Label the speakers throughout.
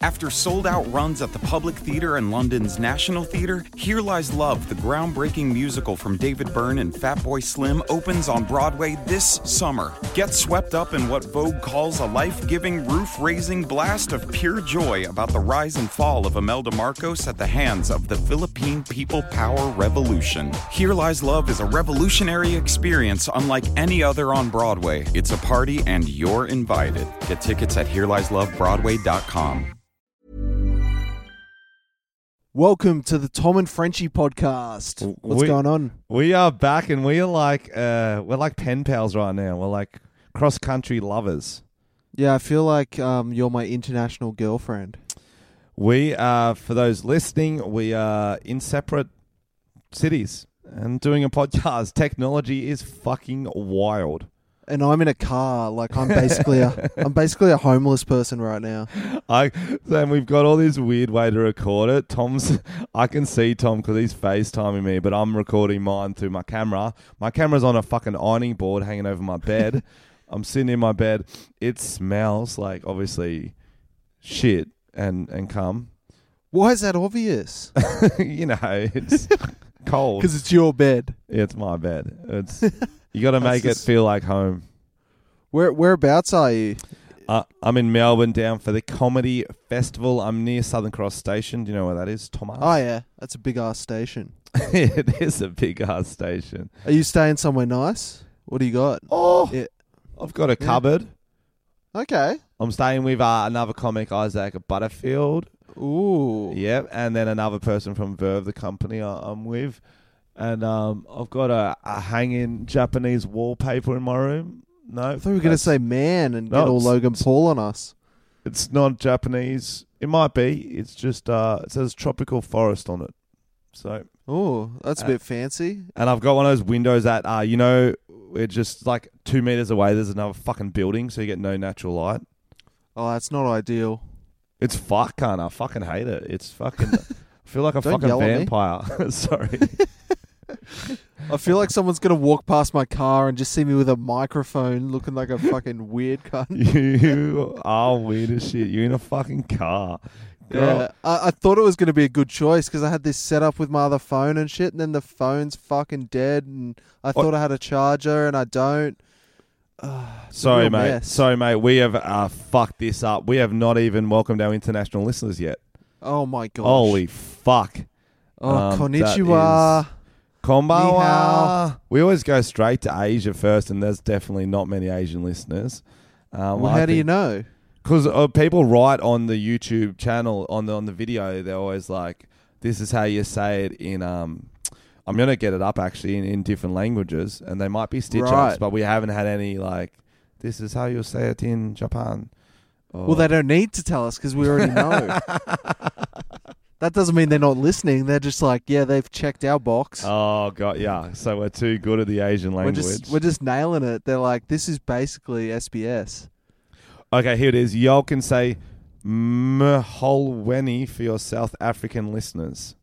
Speaker 1: After sold out runs at the Public Theatre and London's National Theatre, Here Lies Love, the groundbreaking musical from David Byrne and Fatboy Slim, opens on Broadway this summer. Get swept up in what Vogue calls a life giving, roof raising blast of pure joy about the rise and fall of Imelda Marcos at the hands of the Philippine People Power Revolution. Here Lies Love is a revolutionary experience unlike any other on Broadway. It's a party, and you're invited. Get tickets at HereLiesLoveBroadway.com.
Speaker 2: Welcome to the Tom and Frenchie podcast. What's
Speaker 3: We-
Speaker 2: going on?
Speaker 3: We are back, and we are like uh, we're like pen pals right now. We're like cross country lovers.
Speaker 2: Yeah, I feel like um, you're my international girlfriend.
Speaker 3: We are, for those listening, we are in separate cities and doing a podcast. Technology is fucking wild.
Speaker 2: And I'm in a car, like I'm basically a I'm basically a homeless person right now.
Speaker 3: I and we've got all this weird way to record it. Tom's I can see Tom because he's FaceTiming me, but I'm recording mine through my camera. My camera's on a fucking ironing board hanging over my bed. I'm sitting in my bed. It smells like obviously shit and and cum.
Speaker 2: Why is that obvious?
Speaker 3: you know, it's cold.
Speaker 2: Because it's your bed.
Speaker 3: It's my bed. It's you got to make it
Speaker 2: just-
Speaker 3: feel like home.
Speaker 2: Where whereabouts are you?
Speaker 3: Uh, I'm in Melbourne down for the comedy festival. I'm near Southern Cross Station. Do you know where that is, Thomas?
Speaker 2: Oh yeah, that's a big ass station.
Speaker 3: it is a big ass station.
Speaker 2: Are you staying somewhere nice? What do you got?
Speaker 3: Oh,
Speaker 2: Yeah.
Speaker 3: I've got a
Speaker 2: Yeah.
Speaker 3: cupboard.
Speaker 2: Okay.
Speaker 3: I'm staying with uh, another comic, Isaac Butterfield.
Speaker 2: Ooh.
Speaker 3: Yep, and then another person from Verve, the company I- I'm with. And um, I've got a, a hanging Japanese wallpaper in my room. No,
Speaker 2: I thought we were gonna say man and
Speaker 3: No,
Speaker 2: get all
Speaker 3: it's-
Speaker 2: Logan Paul on us.
Speaker 3: it's not Japanese. It might be. It's just uh, it says tropical forest on it. So
Speaker 2: Ooh, that's a
Speaker 3: Uh,
Speaker 2: bit fancy.
Speaker 3: And I've got one of those windows that, uh, you know, it's just like two meters away. There's another fucking building, so you get no natural light.
Speaker 2: Oh, that's not ideal.
Speaker 3: It's fuck, can I fucking hate it. It's fucking. I feel like a
Speaker 2: Don't
Speaker 3: fucking
Speaker 2: yell at me.
Speaker 3: vampire. Sorry.
Speaker 2: I feel like someone's gonna walk past my car and just see me with a microphone, looking like a fucking weird cunt.
Speaker 3: you are weird as shit. You're in a fucking car. Girl.
Speaker 2: Yeah, I, I thought it was gonna be a good choice because I had this set up with my other phone and shit, and then the phone's fucking dead, and I thought I had a charger and I don't.
Speaker 3: Sorry,
Speaker 2: real
Speaker 3: mate.
Speaker 2: mess.
Speaker 3: Sorry, mate. We have uh, fucked this up. We have not even welcomed our international listeners yet.
Speaker 2: Oh my gosh!
Speaker 3: Holy fuck.
Speaker 2: oh,
Speaker 3: um,
Speaker 2: konnichiwa. Ni hao.
Speaker 3: Konbanwa. We always go straight to Asia first, and there's definitely not many Asian listeners. Um,
Speaker 2: Well, how do you know?
Speaker 3: Because uh, people write on the YouTube channel on the on the video, they're always like, "This is how you say it in." Um, I'm gonna get it up actually in, in different languages, and they might be stitch ups,
Speaker 2: Right.
Speaker 3: but we haven't had any like, "This is how you say it in Japan." Or,
Speaker 2: Well, they don't need to tell us because we already know. that doesn't mean they're not listening. They're just like, yeah, they've checked our box.
Speaker 3: Oh god, yeah. So we're too good at the Asian
Speaker 2: we're
Speaker 3: language.
Speaker 2: just we're just nailing it. They're like, this is basically SBS.
Speaker 3: Okay, here it is. Y'all can say Mholweni for your South African listeners.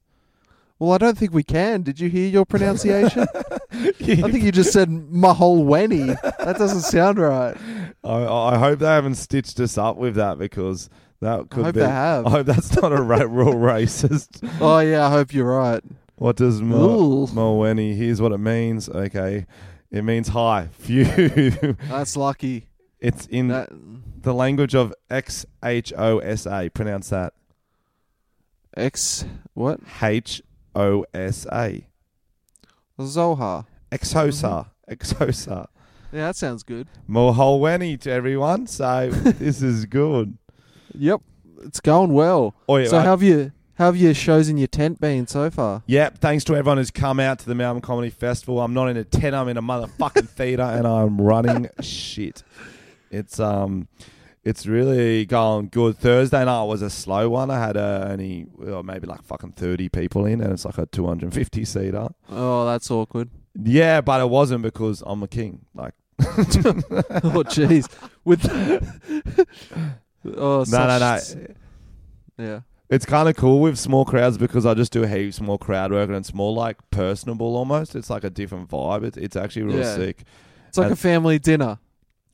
Speaker 2: Well, I don't think we can. Did you hear your pronunciation? I think you just said Maholweni. That doesn't sound right.
Speaker 3: I, I hope they haven't stitched us up with that because that could
Speaker 2: hope
Speaker 3: be.
Speaker 2: they have.
Speaker 3: I hope Oh, that's not a ra- real racist.
Speaker 2: Oh yeah, I hope you're right.
Speaker 3: What does
Speaker 2: Ooh.
Speaker 3: Mholweni? Here's what it means. Okay, it means hi. Phew.
Speaker 2: That's lucky.
Speaker 3: it's in
Speaker 2: That
Speaker 3: the language of X H O S A. Pronounce that
Speaker 2: X what?
Speaker 3: H O S A.
Speaker 2: Zohar.
Speaker 3: Exosa.
Speaker 2: Mm-hmm.
Speaker 3: Exosa.
Speaker 2: Yeah, that sounds good.
Speaker 3: Moholweni to everyone. So this is good.
Speaker 2: Yep, it's going well.
Speaker 3: Oh, yeah,
Speaker 2: so
Speaker 3: I-
Speaker 2: how have you? How have your shows in your tent been so far?
Speaker 3: Yep, thanks to everyone who's come out to the Melbourne Comedy Festival. I'm not in a tent, I'm in a motherfucking theatre and I'm running shit. It's um it's really going good. Thursday night was a slow one. I had uh, only well, maybe like fucking 30 people in and it's like a 250 seater.
Speaker 2: Oh, that's awkward.
Speaker 3: Yeah, but it wasn't because I'm a king. Like
Speaker 2: oh, jeez. With oh,
Speaker 3: no, no, no.
Speaker 2: Yeah.
Speaker 3: It's kind of cool with small crowds because I just do heaps more crowd work and it's more like personable almost. It's like a different vibe. It's, it's actually really
Speaker 2: Yeah.
Speaker 3: sick.
Speaker 2: It's like
Speaker 3: And-
Speaker 2: a family dinner.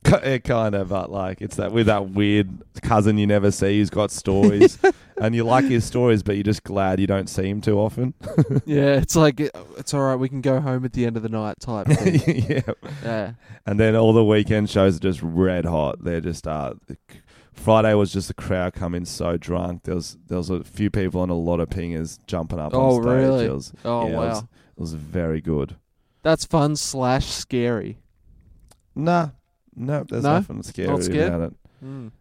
Speaker 3: Ki- eh, Kind of, but like it's that with that weird cousin you never see who's got stories, and you like his stories, but you're just glad you don't see him too often.
Speaker 2: yeah, it's like it- it's all right. We can go home at the end of the night type. Thing.
Speaker 3: yeah,
Speaker 2: yeah,
Speaker 3: and then all the weekend shows are just red hot. They're just uh, Friday was just the crowd coming so drunk. There was there was a few people and a lot of pingers jumping up.
Speaker 2: Oh,
Speaker 3: on stage.
Speaker 2: really?
Speaker 3: It was,
Speaker 2: Oh
Speaker 3: yeah,
Speaker 2: wow,
Speaker 3: It was, it was very good.
Speaker 2: that's fun slash scary.
Speaker 3: Nah, no, there's
Speaker 2: No?
Speaker 3: nothing scary
Speaker 2: scared?
Speaker 3: about it.
Speaker 2: Mm,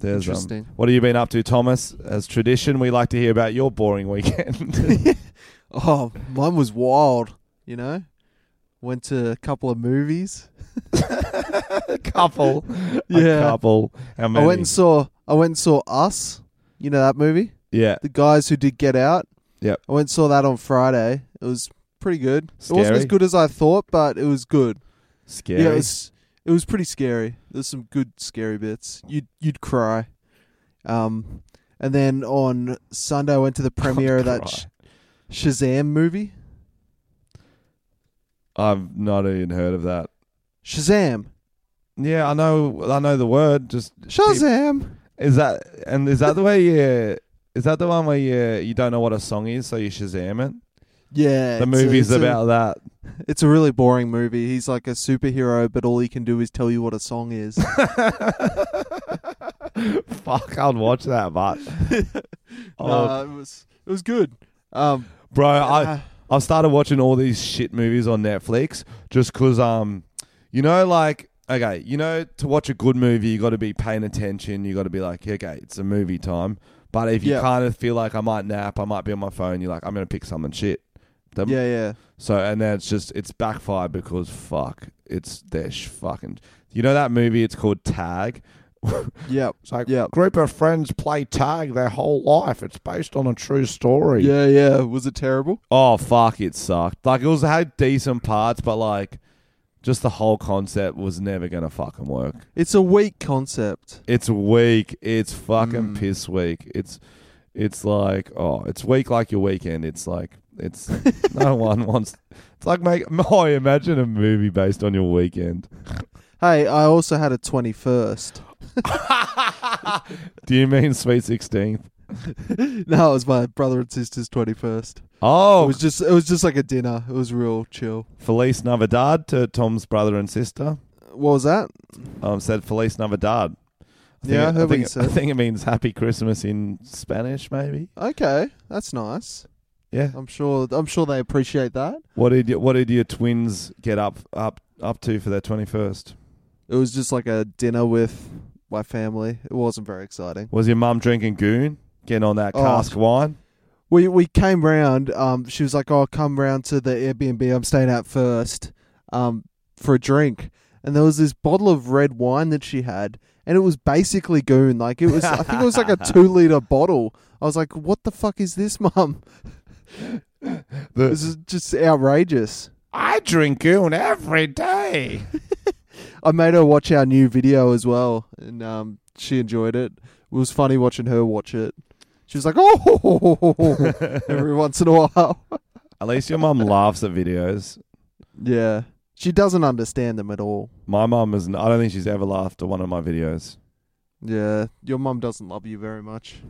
Speaker 3: There's um,
Speaker 2: interesting.
Speaker 3: What have you been up to, Thomas? As tradition, we like to hear about your boring weekend.
Speaker 2: oh, mine was wild. You know, went to a couple of movies.
Speaker 3: a couple.
Speaker 2: Yeah.
Speaker 3: A couple. How many?
Speaker 2: I went and saw. I went and saw Us. You know that movie,
Speaker 3: yeah.
Speaker 2: the guys who did Get Out.
Speaker 3: Yep.
Speaker 2: I went and saw that on Friday. It was pretty good. It wasn't as
Speaker 3: Scary?
Speaker 2: good as I thought, but it was good.
Speaker 3: Scary.
Speaker 2: Yeah, it was, it was pretty scary. There's some good scary bits. You'd you'd cry. Um, and then on Sunday I went to the premiere of that
Speaker 3: cry.
Speaker 2: Sh- Shazam movie.
Speaker 3: I've not even heard of that.
Speaker 2: Shazam,
Speaker 3: Yeah, I know. I know the word. Just
Speaker 2: Shazam.
Speaker 3: is that and is that the way you? Is that the one where you you don't know what a song is, so you Shazam it?
Speaker 2: Yeah,
Speaker 3: The
Speaker 2: it's a-
Speaker 3: movie's
Speaker 2: it's a-
Speaker 3: about that.
Speaker 2: it's a really boring movie. He's like a superhero, but all he can do is tell you what a song is.
Speaker 3: Fuck, I'd watch that, but oh,
Speaker 2: Nah, it was it was good. Um,
Speaker 3: bro, I
Speaker 2: uh,
Speaker 3: I've started watching all these shit movies on Netflix just 'cause um, you know, like, okay, you know, to watch a good movie, you got to be paying attention. You got to be like, okay, it's a movie time. But if you
Speaker 2: Yeah.
Speaker 3: kind of feel like I might nap, I might be on my phone, you're like, I'm going to pick something shit. The-
Speaker 2: yeah, yeah.
Speaker 3: So, and then it's just, it's backfired because fuck, it's, they're sh- fucking, you know, that movie, it's called Tag.
Speaker 2: Yep.
Speaker 3: It's like,
Speaker 2: Yeah.
Speaker 3: group of friends play tag their whole life. It's based on a true story.
Speaker 2: Yeah, yeah. Was it terrible?
Speaker 3: Oh fuck, it sucked. Like it was it had decent parts, but like just the whole concept was never gonna fucking work.
Speaker 2: It's a weak concept.
Speaker 3: It's weak. It's fucking
Speaker 2: Mm.
Speaker 3: piss weak. It's it's like oh, it's weak like your weekend. It's like it's no one wants. It's like make oh, imagine a movie based on your weekend.
Speaker 2: Hey, I also had a 21st.
Speaker 3: Do you mean Sweet Sixteenth?
Speaker 2: no, it was my brother and sister's 21st. It
Speaker 3: Oh,
Speaker 2: was just it was just like a dinner. It was real chill.
Speaker 3: Felice Navidad to Tom's brother and sister.
Speaker 2: What was that?
Speaker 3: um, said Feliz Navidad. I think
Speaker 2: Yeah, I heard
Speaker 3: it-
Speaker 2: what
Speaker 3: think
Speaker 2: you
Speaker 3: it-
Speaker 2: said.
Speaker 3: I think it means Happy Christmas in Spanish, maybe.
Speaker 2: Okay, that's nice.
Speaker 3: Yeah.
Speaker 2: I'm sure I'm sure they appreciate that.
Speaker 3: What did you, What did your twins get up up up to for their twenty first?
Speaker 2: It was just like a dinner with my family. It wasn't very exciting.
Speaker 3: Was your mum drinking goon, getting on that
Speaker 2: Oh.
Speaker 3: cask wine?
Speaker 2: We we came round. Um, she was like, "Oh, come round to the Airbnb. I'm staying at first, um, for a drink." And there was this bottle of red wine that she had, and it was basically goon. Like it was, I think it was like a two liter bottle. I was like, "What the fuck is this, mum?
Speaker 3: The-
Speaker 2: This is just outrageous."
Speaker 3: I drink goon every day.
Speaker 2: I made her watch our new video as well, and um, she enjoyed it. It was funny watching her watch it. She was like, "Oh," every once in a while.
Speaker 3: At least your mum laughs at videos.
Speaker 2: Yeah, she doesn't understand them at all.
Speaker 3: My mum is. I don't think she's ever laughed at one of my videos.
Speaker 2: Yeah, your mum doesn't love you very much.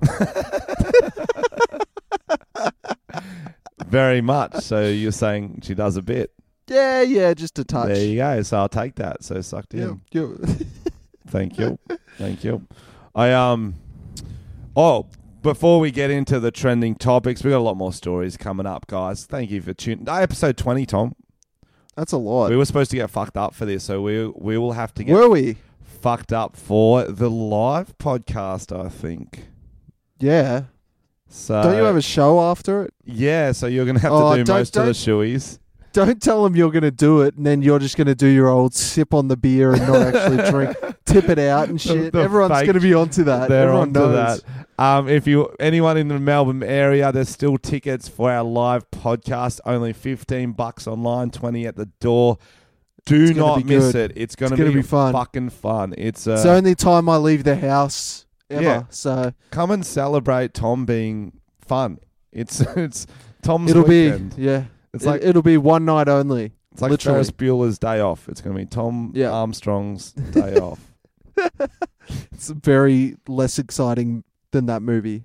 Speaker 3: Very much. So you're saying she does a bit.
Speaker 2: yeah, yeah, just a touch.
Speaker 3: There you go. So I'll take that. So sucked in.
Speaker 2: yeah, yeah.
Speaker 3: Thank you. Thank you. I um oh, before we get into the trending topics, we got a lot more stories coming up, guys. Thank you for tuning. Uh, Episode 20, Tom.
Speaker 2: That's a lot.
Speaker 3: We were supposed to get fucked up for this, so we we will have to get
Speaker 2: Were we?
Speaker 3: fucked up for the live podcast, I think.
Speaker 2: Yeah.
Speaker 3: So
Speaker 2: don't you have a show after it?
Speaker 3: Yeah, so you're going to have to
Speaker 2: Oh,
Speaker 3: do
Speaker 2: don't-
Speaker 3: most of the shoeies.
Speaker 2: Don't tell them you're going to do it, and then you're just going to do your old sip on the beer and not actually drink, tip it out and shit.
Speaker 3: the
Speaker 2: Everyone's
Speaker 3: fake-
Speaker 2: going to be onto that.
Speaker 3: They're
Speaker 2: Everyone
Speaker 3: onto
Speaker 2: knows.
Speaker 3: that. Um, if you anyone in the Melbourne area, there's still tickets for our live podcast. Only fifteen bucks online, twenty at the door. Do
Speaker 2: It's gonna
Speaker 3: not
Speaker 2: be
Speaker 3: miss
Speaker 2: good.
Speaker 3: it. It's gonna,
Speaker 2: gonna
Speaker 3: be,
Speaker 2: be fun.
Speaker 3: fucking fun. It's uh,
Speaker 2: It's the only time I leave the house ever.
Speaker 3: Yeah.
Speaker 2: So
Speaker 3: come and celebrate Tom being fun. It's it's Tom's
Speaker 2: it'll
Speaker 3: weekend.
Speaker 2: be yeah.
Speaker 3: it's
Speaker 2: it-
Speaker 3: like
Speaker 2: it'll be one night only.
Speaker 3: It's like
Speaker 2: Literally.
Speaker 3: Ferris Bueller's day off. It's going to be Tom
Speaker 2: Yeah.
Speaker 3: Armstrong's day off.
Speaker 2: It's very less exciting than that movie.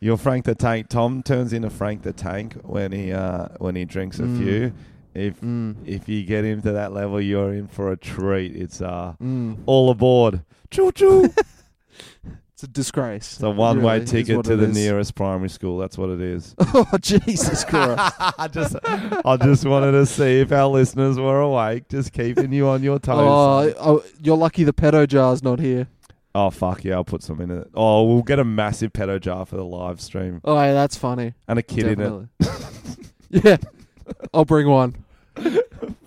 Speaker 3: You're Frank the Tank. Tom turns into Frank the Tank when he uh, when he drinks a
Speaker 2: Mm.
Speaker 3: few. If
Speaker 2: Mm.
Speaker 3: if you get him to that level, you're in for a treat. It's uh,
Speaker 2: Mm.
Speaker 3: all aboard. Choo choo.
Speaker 2: It's a disgrace.
Speaker 3: It's a one way
Speaker 2: Really, is
Speaker 3: ticket
Speaker 2: what
Speaker 3: to
Speaker 2: it
Speaker 3: the
Speaker 2: is.
Speaker 3: nearest primary school. That's what it is.
Speaker 2: Oh Jesus Christ!
Speaker 3: I just I just wanted to see if our listeners were awake, just keeping you on your toes.
Speaker 2: oh, oh, you're lucky the pedo jar's not here.
Speaker 3: Oh fuck yeah, I'll put some in it. Oh, we'll get a massive pedo jar for the live stream
Speaker 2: Oh, yeah, that's funny.
Speaker 3: and a kid in it.
Speaker 2: Definitely. yeah, I'll bring one.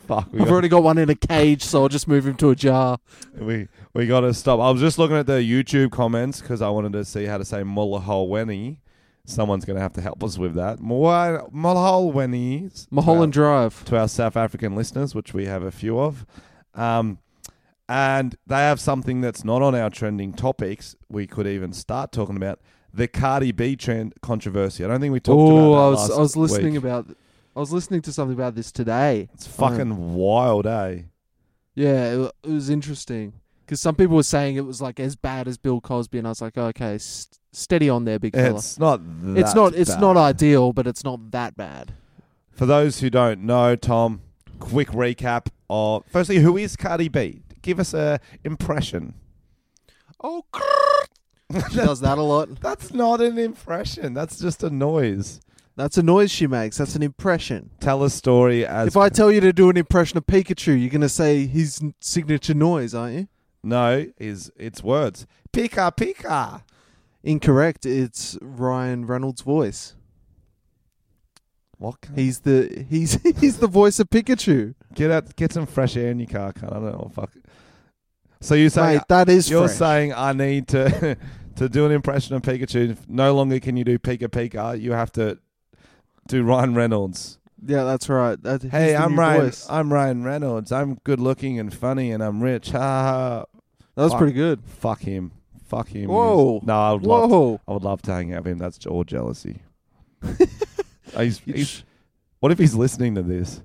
Speaker 3: Fuck, we
Speaker 2: I've
Speaker 3: got,
Speaker 2: already got one in a cage, so I'll just move him to a jar.
Speaker 3: we we got to stop. I was just looking at the YouTube comments because I wanted to see how to say Mullaholweni. Someone's gonna have to help us with that. Mullah- Mullaholweni.
Speaker 2: Mulholland Drive.
Speaker 3: to our South African listeners, which we have a few of. Um, and they have something that's not on our trending topics. We could even start talking about the Cardi B trend controversy. I don't think we talked
Speaker 2: Oh,
Speaker 3: about that
Speaker 2: I was
Speaker 3: last
Speaker 2: I was listening
Speaker 3: week.
Speaker 2: about I was listening to something about this today.
Speaker 3: It's fucking
Speaker 2: Oh.
Speaker 3: wild, eh?
Speaker 2: Yeah, it, wa- it was interesting because some people were saying it was like as bad as Bill Cosby, and I was like, okay, s steady on there, big fella.
Speaker 3: It's not. That
Speaker 2: It's not it's
Speaker 3: bad.
Speaker 2: not ideal, but it's not that bad.
Speaker 3: For those who don't know, Tom, quick recap of firstly, who is Cardi B? Give us a impression.
Speaker 2: Oh, she does that a lot.
Speaker 3: That's not an impression. That's just a noise.
Speaker 2: That's a noise she makes. That's an impression.
Speaker 3: Tell a story as
Speaker 2: if I tell you to do an impression of Pikachu, you're gonna say his n- signature noise, aren't you?
Speaker 3: No, is it's words. Pika pika.
Speaker 2: Incorrect. It's Ryan Reynolds' voice.
Speaker 3: What? Can
Speaker 2: He's the he's he's the voice of Pikachu.
Speaker 3: get out, get some fresh air in your car, cunt. I don't know. Fuck. So you say
Speaker 2: Mate, that is
Speaker 3: you're
Speaker 2: fresh.
Speaker 3: saying I need to to do an impression of Pikachu. No longer can you do Pika Pika. You have to do Ryan Reynolds.
Speaker 2: Yeah, that's right. That, he's
Speaker 3: Hey,
Speaker 2: the
Speaker 3: I'm
Speaker 2: new
Speaker 3: Ryan.
Speaker 2: voice.
Speaker 3: I'm Ryan Reynolds. I'm good looking and funny and I'm rich. Ha ha. ha.
Speaker 2: That was
Speaker 3: Fuck.
Speaker 2: pretty good.
Speaker 3: Fuck him. Fuck him.
Speaker 2: Whoa.
Speaker 3: No, I would love. To,
Speaker 2: Whoa.
Speaker 3: I would love to hang out with him. That's all jealousy. he's,
Speaker 2: You
Speaker 3: he's,
Speaker 2: sh-
Speaker 3: what if he's listening to this?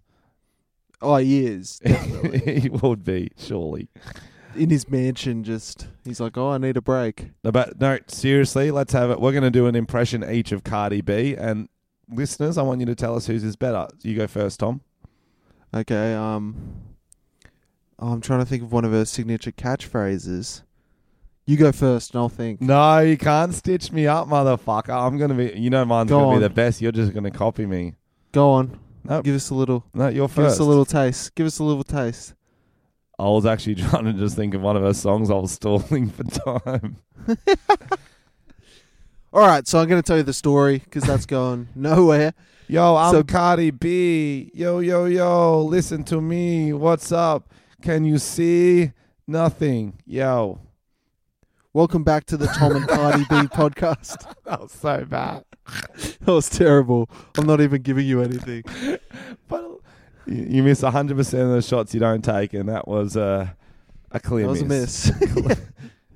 Speaker 2: oh, he is
Speaker 3: he would be surely.
Speaker 2: in his mansion. Just he's like, oh, I need a break.
Speaker 3: No, but no, seriously, let's have it. We're going to do an impression each of Cardi B, and listeners, I want you to tell us whose is better. You go first, Tom.
Speaker 2: Okay. Um, oh, I'm trying to think of one of her signature catchphrases. You go first, and I'll think.
Speaker 3: No, you can't stitch me up, motherfucker. I'm going to be. You know, mine's
Speaker 2: Go
Speaker 3: going to
Speaker 2: on.
Speaker 3: be the best. You're just going to copy me.
Speaker 2: Go on.
Speaker 3: No,
Speaker 2: Give us a little.
Speaker 3: no, you're
Speaker 2: Give
Speaker 3: first.
Speaker 2: us a little taste. Give us a little taste.
Speaker 3: I was actually trying to just think of one of her songs. I was stalling for time.
Speaker 2: All right. So I'm going to tell you the story because that's going nowhere.
Speaker 3: Yo, I'm
Speaker 2: So-
Speaker 3: Cardi B. Yo, yo, yo. Listen to me. What's up? Can you see nothing? Yo.
Speaker 2: Welcome back to the Tom and Cardi B podcast.
Speaker 3: That was so bad.
Speaker 2: That was terrible. I'm not even giving you anything.
Speaker 3: But you, you miss 100% of the shots you don't take, and that was uh, a clear
Speaker 2: That was a miss.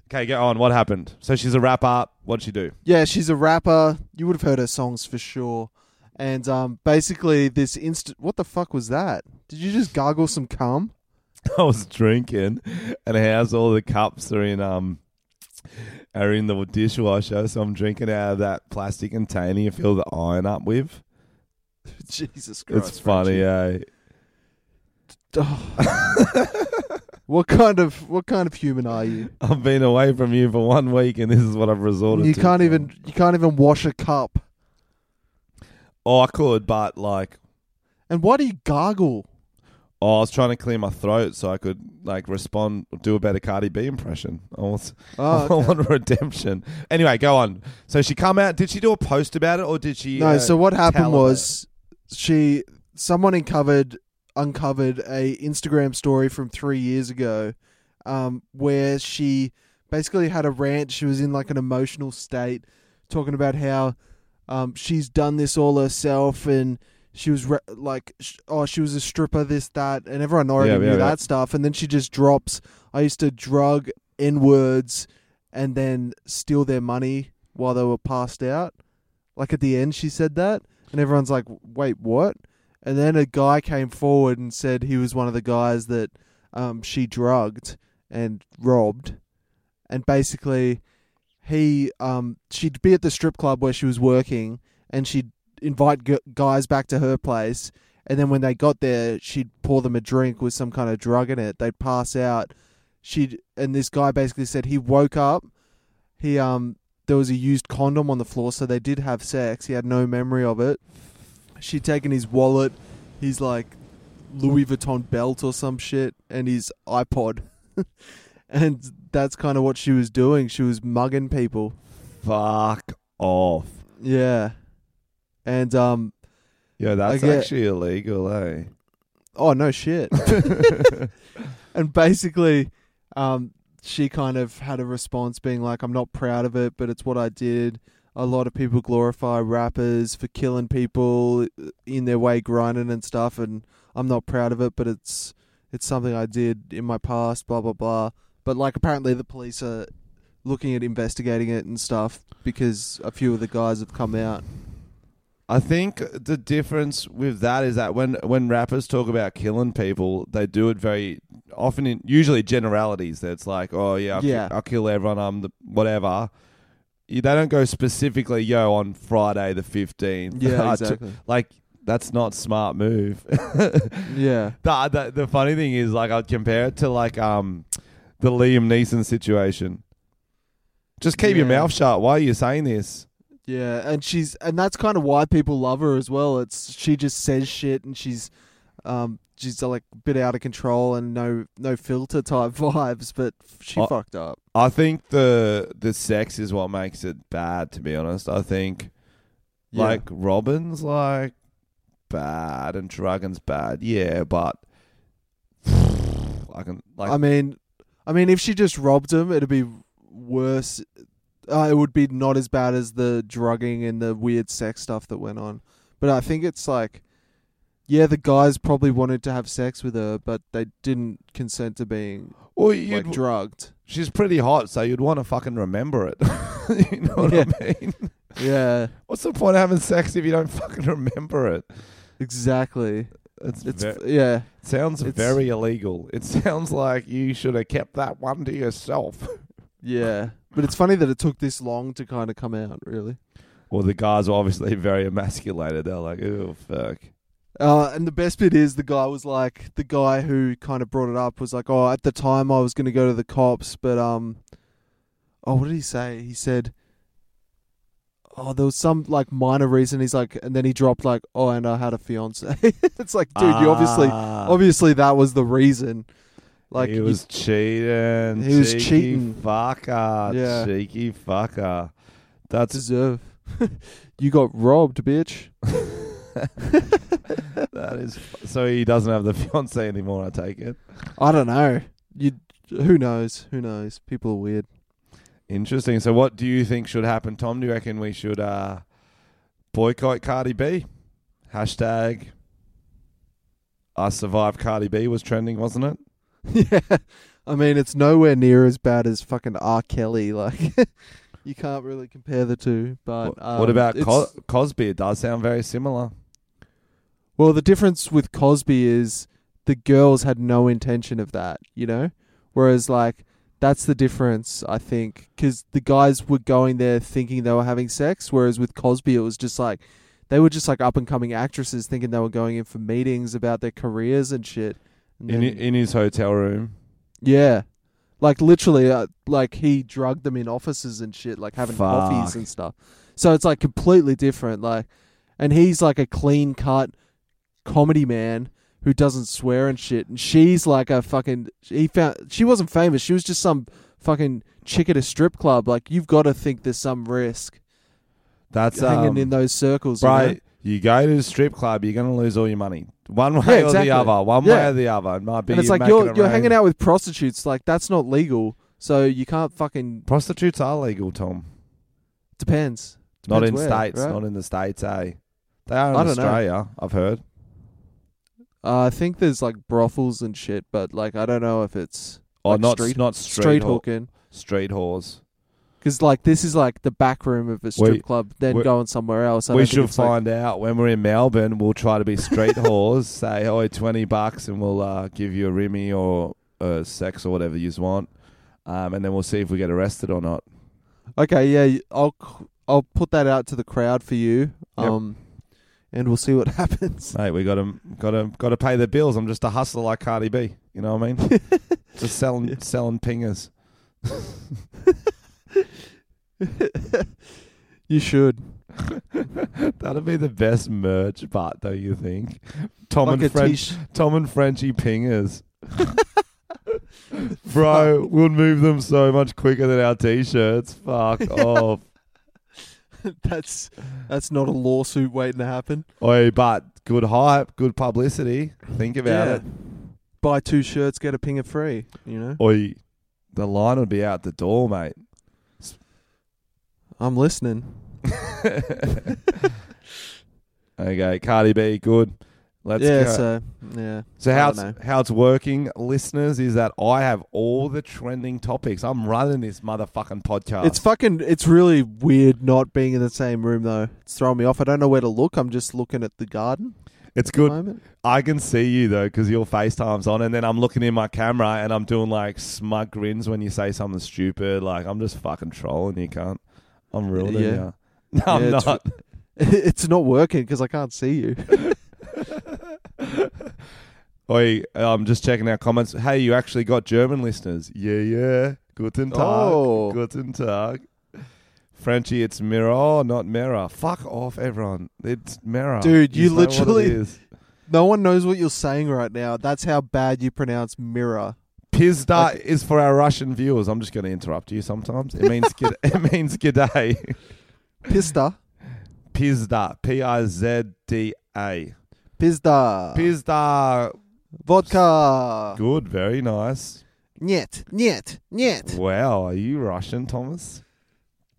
Speaker 3: Okay, go on. What happened? So she's a rapper. What'd she do?
Speaker 2: Yeah, she's a rapper. You would have heard her songs for sure. And um, basically, this instant. What the fuck was that? Did you just gargle some cum?
Speaker 3: I was drinking, and how's all the cups are in um are in the dishwasher, so I'm drinking out of that plastic container you fill the iron up with.
Speaker 2: Jesus Christ.
Speaker 3: It's funny, eh?
Speaker 2: What kind of what kind of human are you?
Speaker 3: I've been away from you for one week, and this is what I've resorted
Speaker 2: You
Speaker 3: to.
Speaker 2: can't even you can't even wash a cup.
Speaker 3: Oh, I could, but like,
Speaker 2: And why do you gargle?
Speaker 3: oh, I was trying to clear my throat so I could like respond, do a better Cardi B impression. I was,
Speaker 2: Oh,
Speaker 3: I want redemption. Anyway, go on. So she come out. Did she do a post about it, or did she?
Speaker 2: No,
Speaker 3: uh,
Speaker 2: so what
Speaker 3: tell
Speaker 2: happened
Speaker 3: about
Speaker 2: was she someone uncovered uncovered a Instagram story from three years ago, um, where she basically had a rant. She was in like an emotional state, talking about how um, she's done this all herself and. She was re- like, sh- oh, she was a stripper, this, that, and everyone already
Speaker 3: Yeah,
Speaker 2: knew
Speaker 3: yeah, yeah.
Speaker 2: that stuff. And then she just drops, I used to drug N words and then steal their money while they were passed out. Like at the end, she said that, and everyone's like, "Wait, what?" And then a guy came forward and said he was one of the guys that um, she drugged and robbed. And basically, he um, she'd be at the strip club where she was working, and she'd invite gu guys back to her place. And then when they got there, she'd pour them a drink with some kind of drug in it. They'd pass out. She'd and this guy basically said he woke up. He um there was a used condom on the floor, so they did have sex. He had no memory of it. She'd taken his wallet, his like Louis Vuitton belt or some shit, and his iPod. and that's kind of what she was doing. She was mugging people.
Speaker 3: Fuck off.
Speaker 2: Yeah. And um
Speaker 3: Yo, that's
Speaker 2: get-
Speaker 3: actually illegal, eh?
Speaker 2: oh no shit. and basically, um, she kind of had a response being like, I'm not proud of it, but it's what I did. A lot of people glorify rappers for killing people uh, in their way, grinding and stuff, and I'm not proud of it, but it's it's something I did in my past, blah blah blah. But like, apparently the police are looking at investigating it and stuff because a few of the guys have come out.
Speaker 3: I think the difference with that is that when when rappers talk about killing people, they do it very often in usually generalities. That's like, oh yeah, I'll, ki-
Speaker 2: Yeah.
Speaker 3: I'll kill everyone. I'm the whatever. You- They don't go specifically, yo, on Friday the fifteenth.
Speaker 2: Yeah, exactly.
Speaker 3: like that's not smart move.
Speaker 2: Yeah,
Speaker 3: the, the the funny thing is, like, I'd compare it to like um the Liam Neeson situation. Just keep your
Speaker 2: Yeah.
Speaker 3: mouth shut. Why are you saying this?
Speaker 2: Yeah, and she's and that's kind of why people love her as well. It's she just says shit and she's um she's uh, like a bit out of control and no no filter type vibes, but she
Speaker 3: Oh.
Speaker 2: fucked up.
Speaker 3: I think the the sex is what makes it bad. To be honest, I think like Robin's like bad and Dragon's bad. Yeah, but I can like
Speaker 2: I mean I mean if she just robbed him, it'd be worse uh, it would be not as bad as the drugging and the weird sex stuff that went on. But I think it's like yeah, the guys probably wanted to have sex with her, but they didn't consent to being
Speaker 3: well, you'd,
Speaker 2: like drugged.
Speaker 3: she's pretty hot, so you'd want to fucking remember it. you know what
Speaker 2: Yeah.
Speaker 3: I mean?
Speaker 2: Yeah,
Speaker 3: What's the point of having sex if you don't fucking remember it?
Speaker 2: exactly.
Speaker 3: It's,
Speaker 2: It's
Speaker 3: ve-
Speaker 2: yeah,
Speaker 3: it sounds
Speaker 2: it's-
Speaker 3: very illegal. It sounds like you should have kept that one to yourself.
Speaker 2: yeah. But it's funny that it took this long to kind of come out, really.
Speaker 3: Well, the guys are obviously very emasculated. They're like, oh fuck.
Speaker 2: Uh, and the best bit is the guy was like, the guy who kind of brought it up was like, oh, at the time I was going to go to the cops, but um, oh, what did he say? He said, oh, there was some like minor reason. He's like, and then he dropped like, oh, and I had a fiance. it's like, dude, you obviously,
Speaker 3: Ah.
Speaker 2: obviously that was the reason. Like,
Speaker 3: he
Speaker 2: you-
Speaker 3: was cheating.
Speaker 2: He was
Speaker 3: cheeky
Speaker 2: cheating.
Speaker 3: Fucker.
Speaker 2: Yeah.
Speaker 3: Cheeky fucker. That's
Speaker 2: deserve. you got robbed, bitch.
Speaker 3: that is. So he doesn't have the fiance anymore. I take it.
Speaker 2: I don't know. You, who knows? Who knows? People are weird.
Speaker 3: Interesting. So what do you think should happen, Tom? Do you reckon we should uh, boycott Cardi B? Hashtag. I survived Cardi B was trending, wasn't it?
Speaker 2: yeah, I mean it's nowhere near as bad as fucking R. Kelly. Like, you can't really compare the two. But
Speaker 3: What-
Speaker 2: um,
Speaker 3: what about
Speaker 2: it's-
Speaker 3: Co- Cosby? It does sound very similar.
Speaker 2: Well, the difference with Cosby is the girls had no intention of that. You know, whereas like that's the difference I think because the guys were going there thinking they were having sex, whereas with Cosby it was just like. They were just like up and coming actresses thinking they were going in for meetings about their careers and shit. And
Speaker 3: In
Speaker 2: then-
Speaker 3: in his hotel room,
Speaker 2: Yeah. Like literally, uh, like he drugged them in offices and shit, like having coffees
Speaker 3: Fuck.
Speaker 2: and stuff. So it's like completely different. Like, and he's like a clean cut comedy man who doesn't swear and shit. And she's like a fucking. He found she wasn't famous. She was just some fucking chick at a strip club. Like you've got to think there's some risk
Speaker 3: that's
Speaker 2: hanging
Speaker 3: um,
Speaker 2: in those circles, you know?
Speaker 3: Right. You go to the strip club, you're going to lose all your money. One way
Speaker 2: Yeah, exactly.
Speaker 3: or the other. One way
Speaker 2: Yeah.
Speaker 3: or the other. It might be
Speaker 2: And it's
Speaker 3: you
Speaker 2: like
Speaker 3: making
Speaker 2: you're
Speaker 3: it
Speaker 2: you're
Speaker 3: rain.
Speaker 2: hanging out with prostitutes. Like that's not legal. So you can't fucking
Speaker 3: Prostitutes are legal, Tom.
Speaker 2: depends.
Speaker 3: Not
Speaker 2: Depends
Speaker 3: in
Speaker 2: where,
Speaker 3: states.
Speaker 2: right?
Speaker 3: Not in the states, eh? They are in
Speaker 2: I don't know.
Speaker 3: Australia, I've heard.
Speaker 2: Uh, I think there's like brothels and shit, but like I don't know if it's
Speaker 3: Or
Speaker 2: Like
Speaker 3: not
Speaker 2: street-
Speaker 3: not
Speaker 2: street
Speaker 3: hawk-
Speaker 2: hooking.
Speaker 3: Street whores.
Speaker 2: Because like this is like the back room of a strip
Speaker 3: We-
Speaker 2: club, then
Speaker 3: we-
Speaker 2: going somewhere else. I
Speaker 3: we
Speaker 2: don't think
Speaker 3: should
Speaker 2: it's, like-
Speaker 3: find out when we're in Melbourne. We'll try to be street whores. Say, "Oh, twenty bucks, and we'll uh, give you a rimmy or uh, sex or whatever you want." Um, and then we'll see if we get arrested or not.
Speaker 2: Okay, yeah, y- I'll c- I'll put that out to the crowd for you.
Speaker 3: Yep.
Speaker 2: Um, and we'll see what happens.
Speaker 3: Mate, we got to got to got to pay the bills. I'm just a hustler like Cardi B. You know what I mean? just selling
Speaker 2: Yeah.
Speaker 3: selling pingers.
Speaker 2: you should.
Speaker 3: That'd be the best merch, but don't you think? Tom
Speaker 2: like a
Speaker 3: and French,
Speaker 2: t-sh-
Speaker 3: Tom and Frenchie pingers. Bro, we'll move them so much quicker than our t-shirts. Fuck off.
Speaker 2: that's that's not a lawsuit waiting to happen.
Speaker 3: Oi, but good hype, good publicity. Think about
Speaker 2: Yeah.
Speaker 3: it.
Speaker 2: Buy two shirts, get a pinger free. You know,
Speaker 3: Oi, the line would be out the door, mate.
Speaker 2: I'm listening.
Speaker 3: okay, Cardi B, good. Let's
Speaker 2: yeah,
Speaker 3: go.
Speaker 2: so yeah,
Speaker 3: So
Speaker 2: I
Speaker 3: how
Speaker 2: don't
Speaker 3: it's, how it's working, listeners, is that I have all the trending topics. I'm running this motherfucking podcast.
Speaker 2: it's fucking. It's really weird not being in the same room though. It's throwing me off. I don't know where to look. I'm just looking at the garden.
Speaker 3: it's
Speaker 2: At the
Speaker 3: good.
Speaker 2: moment.
Speaker 3: I can see you though because your FaceTime's on, and then I'm looking in my camera and I'm doing like smug grins when you say something stupid. Like I'm just fucking trolling you, can't. I'm
Speaker 2: Yeah.
Speaker 3: ruining you. No, I'm
Speaker 2: Yeah, it's-
Speaker 3: not.
Speaker 2: It's not working because I can't see you.
Speaker 3: Oi, I'm just checking our comments. Hey, you actually got German listeners. Yeah, yeah. Guten Tag.
Speaker 2: Oh.
Speaker 3: Guten Tag. Frenchie, it's Mirror, not Mera. Fuck off, everyone. It's Mera.
Speaker 2: Dude, you
Speaker 3: know what it
Speaker 2: literally-
Speaker 3: is.
Speaker 2: No one knows what you're saying right now. That's how bad you pronounce mirror.
Speaker 3: Pizda is for our Russian viewers. I'm just going to interrupt you sometimes. It means g'd- it means g'day.
Speaker 2: Pista.
Speaker 3: Pizda. P I Z D A.
Speaker 2: Pizda.
Speaker 3: Pizda.
Speaker 2: Vodka.
Speaker 3: Good, very nice.
Speaker 2: Niet. Niet. Niet.
Speaker 3: Wow, are you Russian, Thomas?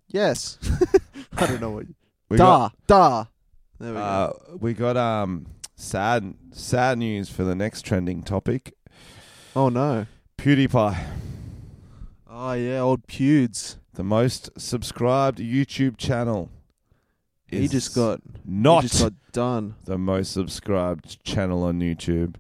Speaker 2: Yes. I don't know what. You,
Speaker 3: We got-
Speaker 2: da. Da. There we
Speaker 3: Uh, we got um sad sad news for the next trending topic.
Speaker 2: go. Oh, no.
Speaker 3: PewDiePie,
Speaker 2: Oh, yeah. Old Pewds.
Speaker 3: the most subscribed YouTube channel,
Speaker 2: He
Speaker 3: is
Speaker 2: just got.
Speaker 3: not
Speaker 2: He just got done.
Speaker 3: the most subscribed channel on YouTube.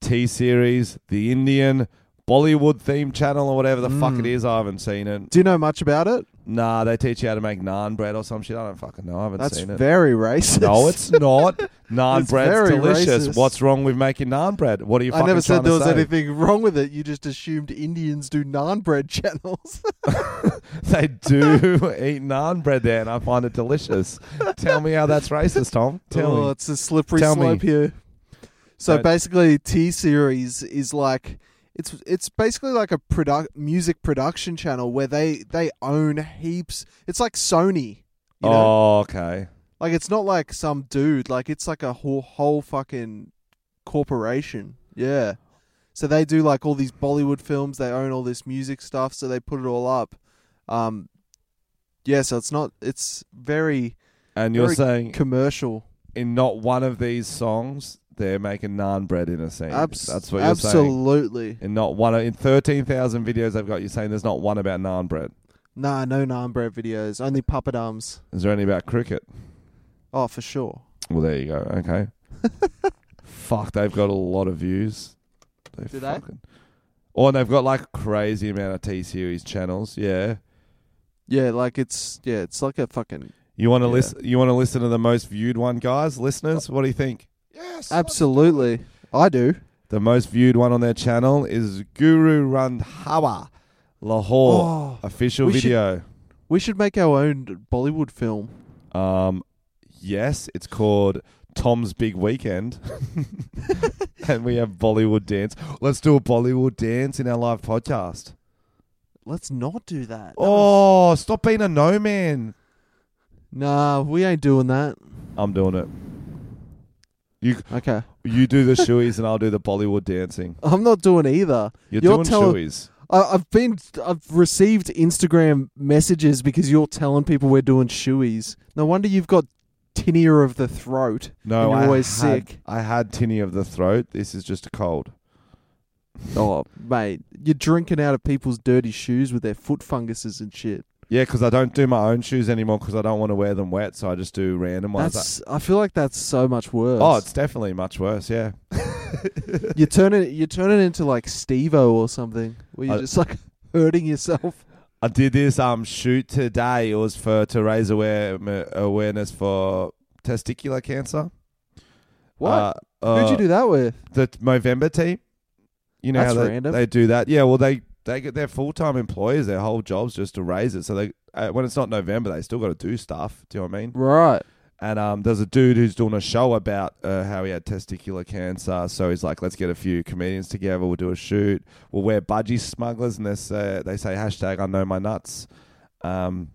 Speaker 3: T series, the Indian Bollywood themed channel or whatever the fuck it
Speaker 2: Mm.
Speaker 3: is. I haven't seen it.
Speaker 2: Do you know much about it?
Speaker 3: Nah, they teach you how to make naan bread or some shit. I don't fucking know. I haven't
Speaker 2: That's
Speaker 3: seen it.
Speaker 2: very racist.
Speaker 3: No, it's not. Naan
Speaker 2: It's
Speaker 3: bread's
Speaker 2: very
Speaker 3: delicious.
Speaker 2: racist.
Speaker 3: What's wrong with making naan bread? What are you?
Speaker 2: I
Speaker 3: Fucking
Speaker 2: never said
Speaker 3: trying to
Speaker 2: there was
Speaker 3: say?
Speaker 2: anything wrong with it. You just assumed Indians do non bread channels.
Speaker 3: They do eat naan bread there, and I find it delicious. Tell me how that's racist, Tom. Tell
Speaker 2: oh,
Speaker 3: me.
Speaker 2: it's a slippery
Speaker 3: Tell me.
Speaker 2: slope here. So
Speaker 3: Don't-
Speaker 2: basically, T series is like it's it's basically like a produ- music production channel where they they own heaps. It's like Sony. You know?
Speaker 3: Oh, okay.
Speaker 2: Like it's not like some dude. Like it's like a whole, whole fucking corporation. Yeah. So they do like all these Bollywood films. They own all this music stuff. So they put it all up. Um, yeah. So it's not. It's very
Speaker 3: And you're
Speaker 2: Very
Speaker 3: saying
Speaker 2: commercial.
Speaker 3: in not one of these songs they're making naan bread in a scene.
Speaker 2: Abs-
Speaker 3: that's what you're saying.
Speaker 2: absolutely.
Speaker 3: In not one of, in thirteen thousand videos they've got, you're saying there's not one about naan bread.
Speaker 2: Nah, no naan bread videos. Only papadums.
Speaker 3: Is there any about cricket?
Speaker 2: Oh, for sure.
Speaker 3: Well, there you go. Okay. Fuck, they've got a lot of views. They
Speaker 2: Do they?
Speaker 3: fucking... Or they've got like a crazy amount of T series channels. Yeah.
Speaker 2: Yeah, like it's yeah, it's like a fucking
Speaker 3: You want to
Speaker 2: Yeah.
Speaker 3: listen? You want to listen to the most viewed one, guys, listeners? What do you think? Yes,
Speaker 2: absolutely. I do.
Speaker 3: The most viewed one on their channel is Guru Randhawa, Lahore
Speaker 2: Oh,
Speaker 3: official
Speaker 2: we should-
Speaker 3: video.
Speaker 2: we should make our own Bollywood film.
Speaker 3: Um, yes, it's called Tom's Big Weekend, and we have Bollywood dance. Let's do a Bollywood dance in our live podcast.
Speaker 2: Let's not do that. That was-
Speaker 3: oh, stop being a no man.
Speaker 2: nah, we ain't doing that.
Speaker 3: I'm doing it. You
Speaker 2: Okay,
Speaker 3: you do the shoeies and I'll do the Bollywood dancing.
Speaker 2: I'm not doing either.
Speaker 3: You're,
Speaker 2: You're
Speaker 3: doing
Speaker 2: tell-
Speaker 3: shoeies.
Speaker 2: I, I've been I've received Instagram messages because you're telling people we're doing shoeies. No wonder you've got tinea of the throat.
Speaker 3: No,
Speaker 2: and
Speaker 3: I
Speaker 2: you're always
Speaker 3: had,
Speaker 2: sick.
Speaker 3: I had tinny of the throat. This is just a cold.
Speaker 2: Oh, mate, you're drinking out of people's dirty shoes with their foot funguses and shit.
Speaker 3: Yeah, because I don't do my own shoes anymore because I don't want to wear them wet, so I just do random ones.
Speaker 2: That's. I feel like that's so much worse.
Speaker 3: oh, it's definitely much worse. Yeah,
Speaker 2: you turn it. You turn it into like Stevo or something, where you're
Speaker 3: I-
Speaker 2: just like hurting yourself.
Speaker 3: I did this um shoot today. It was for to raise aware, awareness for testicular cancer.
Speaker 2: What?
Speaker 3: Uh, uh,
Speaker 2: Who'd you do that with?
Speaker 3: the t- Movember team. You know
Speaker 2: That's
Speaker 3: how they,
Speaker 2: random.
Speaker 3: they do that. Yeah, well they they get their full time employees, their whole jobs just to raise it. So they uh, when it's not November, they still got to do stuff. Do you know what I mean?
Speaker 2: Right.
Speaker 3: And um, there's a dude who's doing a show about uh, how he had testicular cancer. So he's like, let's get a few comedians together. We'll do a shoot. We'll wear budgie smugglers, and they say, they say hashtag I know my nuts. Um,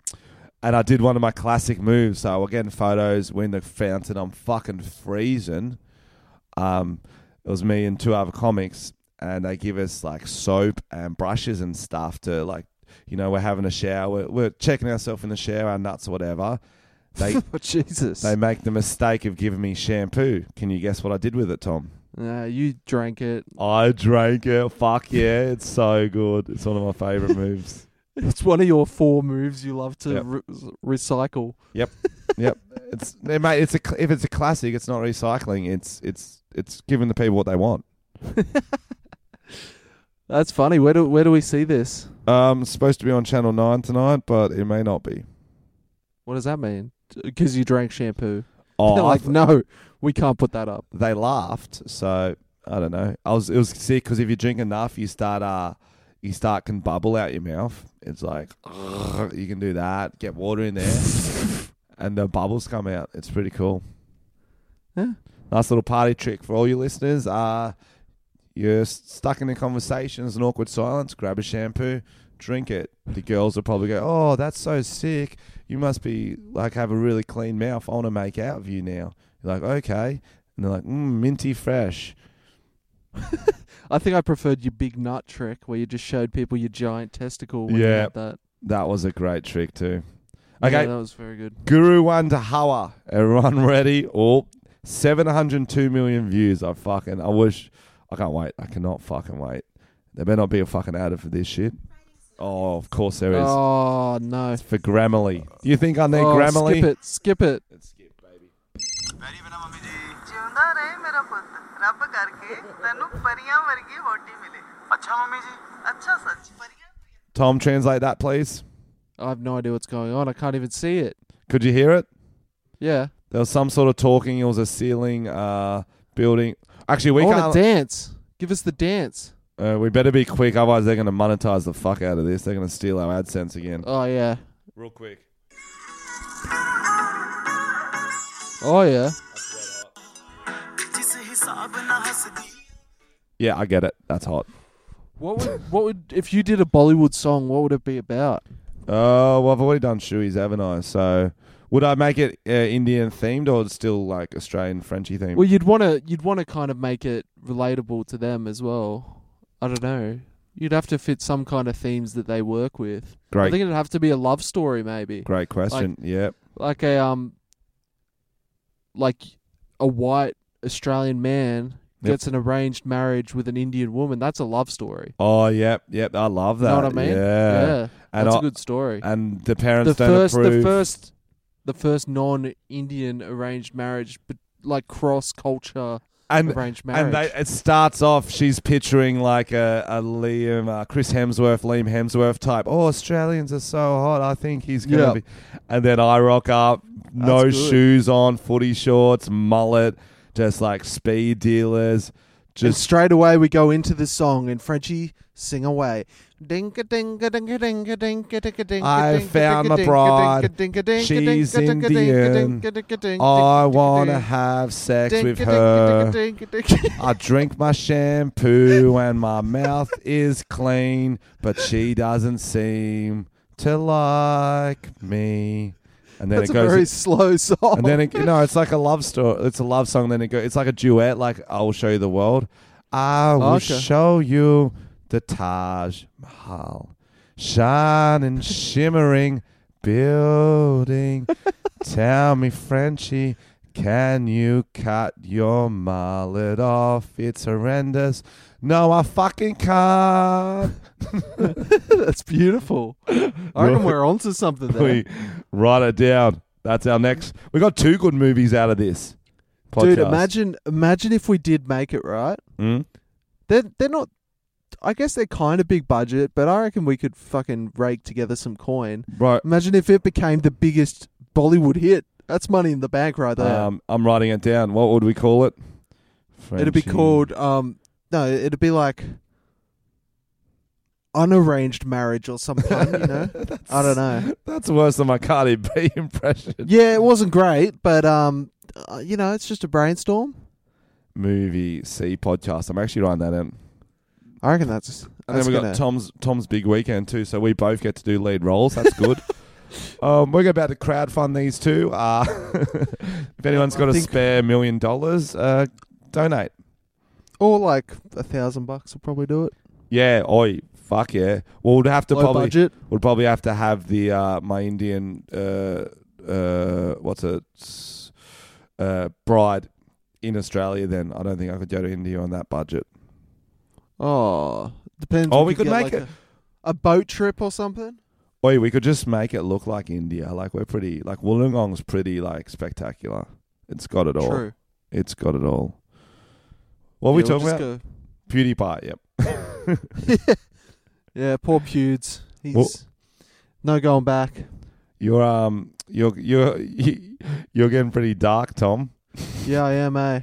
Speaker 3: and I did one of my classic moves. So we're getting photos. We're in the fountain. I'm fucking freezing. Um, it was me and two other comics, and they give us like soap and brushes and stuff to like, you know, we're having a shower. We're, we're checking ourselves in the shower, our nuts or whatever. They
Speaker 2: oh, Jesus.
Speaker 3: they make the mistake of giving me shampoo. Can you guess what I did with it, Tom?
Speaker 2: Nah, you drank it.
Speaker 3: I drank it. Fuck yeah. It's so good. It's one of my favorite moves.
Speaker 2: It's one of your four moves you love to
Speaker 3: Yep.
Speaker 2: re- recycle.
Speaker 3: It's eh, mate, it's a cl- if it's a classic, it's not recycling. It's it's it's giving the people what they want.
Speaker 2: That's funny. Where do where do we see this?
Speaker 3: Um it's supposed to be on channel 9 tonight, but it may not be.
Speaker 2: What does that mean? Because you drank shampoo.
Speaker 3: Oh,
Speaker 2: They're
Speaker 3: I
Speaker 2: like,
Speaker 3: th-
Speaker 2: no, we can't put that up.
Speaker 3: they laughed, so I don't know. I was it was sick cuz if you drink enough, you start uh you start can bubble out your mouth. It's like you can do that. Get water in there. and the bubbles come out. It's pretty cool.
Speaker 2: Yeah.
Speaker 3: Nice little party trick for all your listeners. Uh, you're s- stuck in a conversation, there's an awkward silence, grab a shampoo, drink it. The girls will probably go, Oh, that's so sick. You must be like have a really clean mouth. I want to make out of you now. You're like, Okay. And they're like, mm, minty fresh.
Speaker 2: I think I preferred your big nut trick where you just showed people your giant testicle. When You
Speaker 3: Yeah.
Speaker 2: had that.
Speaker 3: That was a great trick, too.
Speaker 2: Yeah,
Speaker 3: Okay.
Speaker 2: that was very good.
Speaker 3: Guru One to Hawa. Everyone ready? Oh, 702 million views. I fucking, I wish, I can't wait. I cannot fucking wait. There better not be a fucking ad for this shit. Oh, of course there is.
Speaker 2: Oh no.
Speaker 3: It's for Grammarly. Do you think I need
Speaker 2: Oh,
Speaker 3: Grammarly?
Speaker 2: Skip it. Skip it.
Speaker 4: ਜਿਉਂਦਾ ਰਹੇ ਮੇਰਾ ਪੁੱਤ ਰੱਬ ਕਰਕੇ ਤੈਨੂੰ ਪਰੀਆਂ ਵਰਗੀ ਵੋਟੀ ਮਿਲੇ ਅੱਛਾ ਮੰਮੀ ਜੀ ਅੱਛਾ ਸੱਚ ਪਰੀਆਂ
Speaker 3: Tom, translate that, please.
Speaker 2: I have no idea what's going on. I can't even see it.
Speaker 3: Could you hear it?
Speaker 2: Yeah.
Speaker 3: There was some sort of talking. It was a ceiling, uh, building. Actually, we
Speaker 2: I
Speaker 3: can't.
Speaker 2: want to Oh, dance. Give us the dance.
Speaker 3: uh, we better be quick, otherwise they're going to monetize the fuck out of this. They're going to steal our AdSense again.
Speaker 2: Oh yeah.
Speaker 3: Real quick.
Speaker 2: Oh yeah.
Speaker 4: ਜਿਸ ਹਿਸਾਬ ਨਾਲ ਹੱਸਦੀ
Speaker 3: Yeah, I get it. That's hot.
Speaker 2: What would what would if you did a Bollywood song? What would it be about?
Speaker 3: Oh, well, I've already done shoeies, haven't I? So, would I make it uh, Indian themed or still like Australian Frenchy themed?
Speaker 2: Well, you'd want to you'd want to kind of make it relatable to them as well. I don't know. You'd have to fit some kind of themes that they work with. I
Speaker 3: great,
Speaker 2: think it'd have to be a love story, maybe
Speaker 3: great question. yeah,
Speaker 2: like a um, like a white Australian man
Speaker 3: Yep.
Speaker 2: gets an arranged marriage with an Indian woman. That's a love story.
Speaker 3: Oh, yep, yep. I love
Speaker 2: You
Speaker 3: that.
Speaker 2: know what I mean?
Speaker 3: Yeah. and
Speaker 2: that's
Speaker 3: I,
Speaker 2: a good story.
Speaker 3: and
Speaker 2: The
Speaker 3: the parents don't
Speaker 2: first,
Speaker 3: approve.
Speaker 2: the first, the first non-Indian arranged marriage, but like cross-culture
Speaker 3: and
Speaker 2: arranged marriage.
Speaker 3: and they, it starts off. She's picturing like a, a Liam, uh, Chris Hemsworth, Liam Hemsworth type. Oh, Australians are so hot. I think he's gonna
Speaker 2: Yeah.
Speaker 3: be. And then I rock up, no
Speaker 2: good.
Speaker 3: shoes on, footy shorts, mullet, just like speed dealers.
Speaker 2: And
Speaker 3: Just
Speaker 2: straight away we go into the song and Frenchie sing away. Dinka dinka dinka dinka dinka dinka dinka.
Speaker 3: I
Speaker 2: dinka,
Speaker 3: found
Speaker 2: dinka,
Speaker 3: a
Speaker 2: dinka,
Speaker 3: broad.
Speaker 2: dinka, dinka, dinka,
Speaker 3: She's
Speaker 2: dinka, dinka, dinka,
Speaker 3: Indian.
Speaker 2: dinka, dinka, dinka,
Speaker 3: I
Speaker 2: dinka,
Speaker 3: wanna
Speaker 2: dinka,
Speaker 3: have sex
Speaker 2: dinka,
Speaker 3: with
Speaker 2: dinka,
Speaker 3: her.
Speaker 2: dinka, dinka, dinka.
Speaker 3: I drink my shampoo and my mouth is clean, but she doesn't seem to like me. And then
Speaker 2: That's
Speaker 3: it
Speaker 2: a
Speaker 3: goes,
Speaker 2: very slow song.
Speaker 3: and then it, no, it's like a love story. It's a love song. Then it goes, it's like a duet. Like I will show you the world. I will
Speaker 2: Oh, Okay.
Speaker 3: show you the Taj Mahal, shining, shimmering, building. Tell me, Frenchie, can you cut your mullet off? It's horrendous. No, I fucking can't.
Speaker 2: That's beautiful. I reckon
Speaker 3: Right.
Speaker 2: we're onto something there.
Speaker 3: we write it down. That's our next. We got two good movies out of this. Podcast.
Speaker 2: Dude, imagine imagine if we did make it right.
Speaker 3: Mm?
Speaker 2: They're they're not. I guess they're kind of big budget, but I reckon we could fucking rake together some coin.
Speaker 3: Right.
Speaker 2: Imagine if it became the biggest Bollywood hit. That's money in the bank right there.
Speaker 3: Um, I'm writing it down. What would we call it?
Speaker 2: it'd be
Speaker 3: Frenchie.
Speaker 2: called um no, it'd be like unarranged marriage or some pun, you know. I don't know.
Speaker 3: That's worse than my Cardi B impression.
Speaker 2: Yeah, it wasn't great, but um uh, you know, it's just a brainstorm.
Speaker 3: Movie C podcast. I'm actually writing that in.
Speaker 2: I reckon that's
Speaker 3: And then
Speaker 2: that's
Speaker 3: we got
Speaker 2: gonna-
Speaker 3: Tom's Tom's big weekend too, so we both get to do lead roles. That's good. um, we're about to crowdfund these two. Uh, if anyone's got
Speaker 2: I
Speaker 3: a
Speaker 2: think-
Speaker 3: spare million dollars, uh, donate.
Speaker 2: or like a thousand bucks will probably do it.
Speaker 3: Yeah, oi, fuck yeah. Well, we'd have to
Speaker 2: Low
Speaker 3: probably
Speaker 2: budget.
Speaker 3: we'd probably have to have the uh, my Indian uh, uh, what's it S- uh, bride in Australia. Then I don't think I could go to India on that budget.
Speaker 2: Oh, depends.
Speaker 3: Oh,
Speaker 2: if
Speaker 3: we
Speaker 2: you
Speaker 3: could
Speaker 2: get,
Speaker 3: make
Speaker 2: like,
Speaker 3: it.
Speaker 2: A, a boat trip or something.
Speaker 3: Oi, we could just make it look like India. Like we're pretty. Like Wollongong's pretty. Like spectacular. It's got it all.
Speaker 2: True.
Speaker 3: It's got it all. What are we
Speaker 2: Yeah, we'll
Speaker 3: talking
Speaker 2: just
Speaker 3: about? PewDiePie. Yep.
Speaker 2: go- yeah, poor Pewds. He's
Speaker 3: Well-
Speaker 2: no going back.
Speaker 3: You're um. You're you're you're getting pretty dark, Tom.
Speaker 2: Yeah, I am. Eh?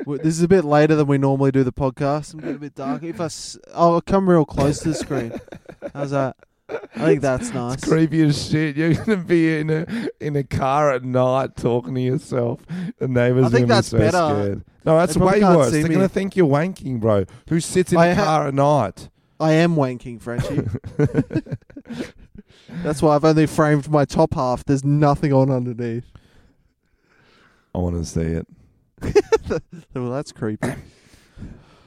Speaker 2: W- this is a bit later than we normally do the podcast. I'm getting a bit dark. If I, s- I'll come real close to the screen. How's that? I think that's nice.
Speaker 3: Creepy as shit. You're gonna be in a in a car at night talking to yourself. The neighbors.
Speaker 2: I think
Speaker 3: gonna be
Speaker 2: that's
Speaker 3: so
Speaker 2: better.
Speaker 3: Scared. No, that's
Speaker 2: probably
Speaker 3: way
Speaker 2: can't
Speaker 3: worse.
Speaker 2: see
Speaker 3: They're
Speaker 2: me.
Speaker 3: gonna think you're wanking, bro. Who sits in
Speaker 2: I
Speaker 3: a
Speaker 2: ha-
Speaker 3: car at night?
Speaker 2: I am wanking, Frenchie. that's why I've only framed my top half. There's nothing on underneath.
Speaker 3: I want to see it.
Speaker 2: Well, that's creepy.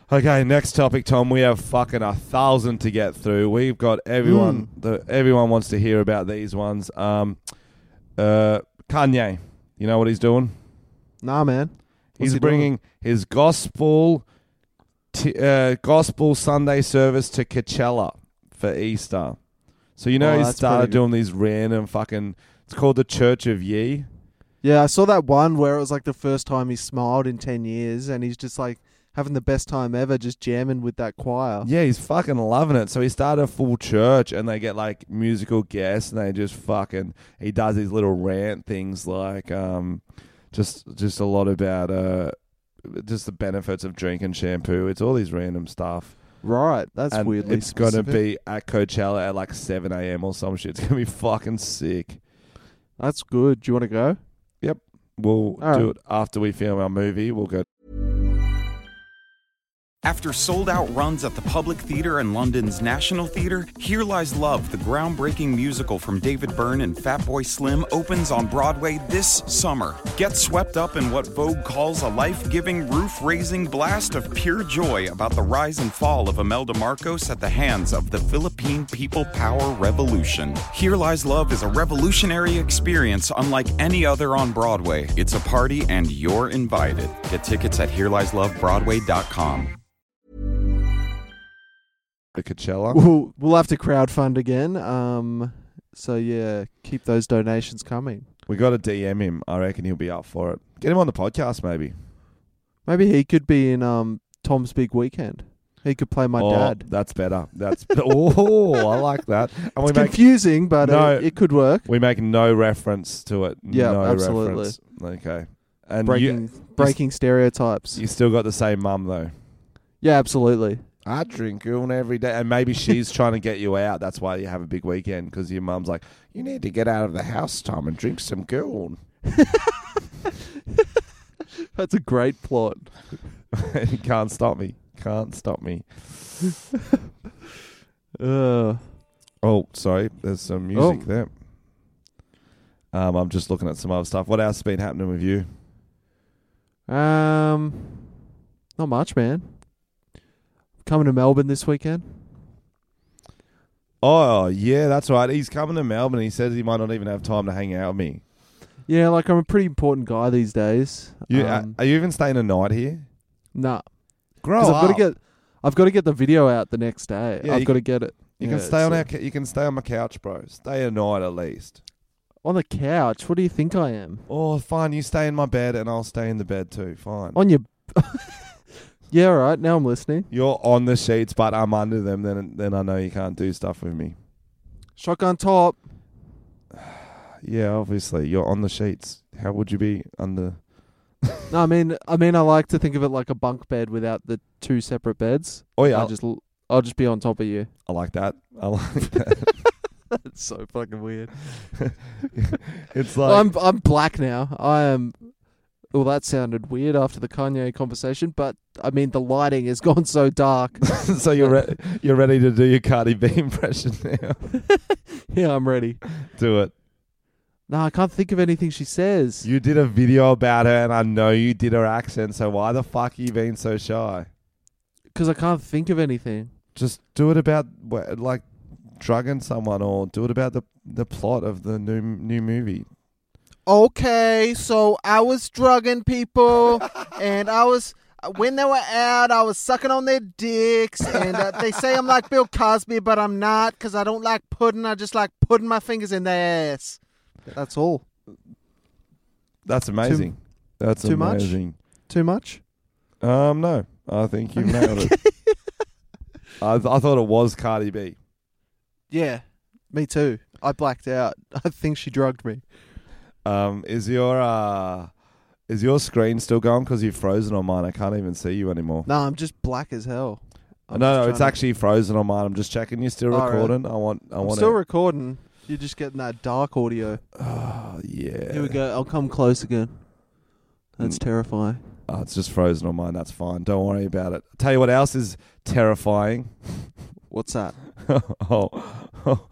Speaker 3: Okay, next topic, Tom. We have fucking a thousand to get through. We've got everyone.
Speaker 2: Hmm.
Speaker 3: The, everyone wants to hear about these ones. Um, uh, Kanye, you know what he's doing?
Speaker 2: Nah, man. What's
Speaker 3: he's
Speaker 2: he doing?
Speaker 3: bringing his gospel, t- uh, gospel Sunday service to Coachella for Easter. So you know
Speaker 2: Oh,
Speaker 3: he
Speaker 2: that's
Speaker 3: started
Speaker 2: pretty good.
Speaker 3: doing these random fucking. It's called the Church of Ye.
Speaker 2: Yeah, I saw that one where it was like the first time he smiled in 10 years and he's just like having the best time ever just jamming with that choir.
Speaker 3: Yeah, he's fucking loving it. So he started a full church and they get like musical guests and they just fucking he does these little rant things like um just just a lot about uh just the benefits of drinking shampoo. It's all these random stuff.
Speaker 2: Right. That's
Speaker 3: and
Speaker 2: weirdly
Speaker 3: It's gonna
Speaker 2: specific.
Speaker 3: be at Coachella at like seven AM or some shit. It's gonna be fucking sick.
Speaker 2: That's good. Do you want to go?
Speaker 3: We'll
Speaker 2: All
Speaker 3: do
Speaker 2: right.
Speaker 3: it after we film our movie. We'll go
Speaker 1: After sold out runs at the Public Theatre and London's National Theatre, Here Lies Love, the groundbreaking musical from David Byrne and Fatboy Slim, opens on Broadway this summer. Get swept up in what Vogue calls a life giving, roof raising blast of pure joy about the rise and fall of Imelda Marcos at the hands of the Philippine People Power Revolution. Here Lies Love is a revolutionary experience unlike any other on Broadway. It's a party, and you're invited. Get tickets at HereLiesLoveBroadway.com.
Speaker 3: to Coachella.
Speaker 2: We'll, we'll have to crowdfund again. Um, so, yeah, keep those donations coming.
Speaker 3: we gotta DM him. I reckon he'll be up for it. Get him on the podcast maybe.
Speaker 2: Maybe he could be in um, Tom's Big Weekend. He could play my
Speaker 3: Oh,
Speaker 2: dad.
Speaker 3: That's better. That's oh, I like that. And we
Speaker 2: It's
Speaker 3: make
Speaker 2: confusing, but
Speaker 3: No.
Speaker 2: it, it could work.
Speaker 3: we make no reference to it.
Speaker 2: Yeah,
Speaker 3: no
Speaker 2: absolutely.
Speaker 3: Reference. Okay, and
Speaker 2: Breaking,
Speaker 3: you
Speaker 2: breaking stereotypes.
Speaker 3: you still got the same mum though.
Speaker 2: yeah, absolutely.
Speaker 3: I drink on every day, and maybe she's trying to get you out. That's why you have a big weekend because your mum's like, you need to get out of the house, Tom, and drink some goon.
Speaker 2: That's a great plot.
Speaker 3: you can't stop me. Can't stop me.
Speaker 2: Uh,
Speaker 3: Oh, sorry. There's some music
Speaker 2: Oh.
Speaker 3: there. Um, I'm just looking at some other stuff. What else has been happening with you?
Speaker 2: Um, not much, man. Coming to Melbourne this weekend.
Speaker 3: Oh yeah, that's right. He's coming to Melbourne. He says he might not even have time to hang out with me.
Speaker 2: Yeah, like I'm a pretty important guy these days.
Speaker 3: You, uh,
Speaker 2: um,
Speaker 3: are you even staying a night here?
Speaker 2: nah,
Speaker 3: Grow
Speaker 2: because I've got to
Speaker 3: up.
Speaker 2: get, I've got to get the video out the next day.
Speaker 3: Oh, Yeah,
Speaker 2: I've
Speaker 3: you
Speaker 2: got to get it.
Speaker 3: You
Speaker 2: Yeah,
Speaker 3: can stay on
Speaker 2: so-
Speaker 3: our. Ca- you can stay on my couch, bro. Stay a night at least.
Speaker 2: on the couch. What do you think I am?
Speaker 3: Oh, fine. You stay in my bed, and I'll stay in the bed too. Fine.
Speaker 2: On your. yeah, all right. Now I'm listening.
Speaker 3: You're on the sheets, but I'm under them. Then, then I know you can't do stuff with me.
Speaker 2: Shotgun top.
Speaker 3: Yeah, obviously, you're on the sheets. How would you be under?
Speaker 2: No, I mean, I mean, I like to think of it like a bunk bed without the two separate beds.
Speaker 3: Oh yeah,
Speaker 2: I
Speaker 3: I,
Speaker 2: just, l- I'll just be on top of you.
Speaker 3: I like that. I like that.
Speaker 2: That's so fucking weird.
Speaker 3: it's like
Speaker 2: I'm, I'm black now. I am. Well, that sounded weird after the Kanye conversation, but I mean, the lighting has gone so dark.
Speaker 3: so you're re- you're ready to do your Cardi B impression now.
Speaker 2: yeah, I'm ready.
Speaker 3: do it.
Speaker 2: No, I can't think of anything she says.
Speaker 3: You did a video about her, and I know you did her accent. So why the fuck are you being so shy?
Speaker 2: Because I can't think of anything.
Speaker 3: Just do it about wh- like drugging someone, or do it about the the plot of the new new movie.
Speaker 5: okay, so I was drugging people, and I was when they were out, I was sucking on their dicks, and uh, they say I'm like Bill Cosby, but I'm not because I don't like pudding. I just like putting my fingers in their ass.
Speaker 2: That's all.
Speaker 3: That's amazing. That's
Speaker 2: too much?
Speaker 3: amazing.
Speaker 2: Too much?
Speaker 3: Um, no, I think you nailed it. I, th- I thought it was Cardi B.
Speaker 2: Yeah, me too. I blacked out. I think she drugged me.
Speaker 3: Um, is your uh, is your screen still going? Because you've frozen on mine. I can't even see you anymore.
Speaker 2: No, I'm just black as hell. I'm just
Speaker 3: no, no, it's
Speaker 2: trying to-
Speaker 3: actually frozen on mine. I'm just checking. You're still
Speaker 2: Oh, really?
Speaker 3: recording. I want. I
Speaker 2: I'm
Speaker 3: want.
Speaker 2: still
Speaker 3: it.
Speaker 2: recording. You're just getting that dark audio.
Speaker 3: oh, yeah.
Speaker 2: Here we go. I'll come close again. That's
Speaker 3: Mm.
Speaker 2: terrifying.
Speaker 3: Oh, it's just frozen on mine. That's fine. Don't worry about it. Tell you what else is terrifying.
Speaker 2: What's that?
Speaker 3: oh,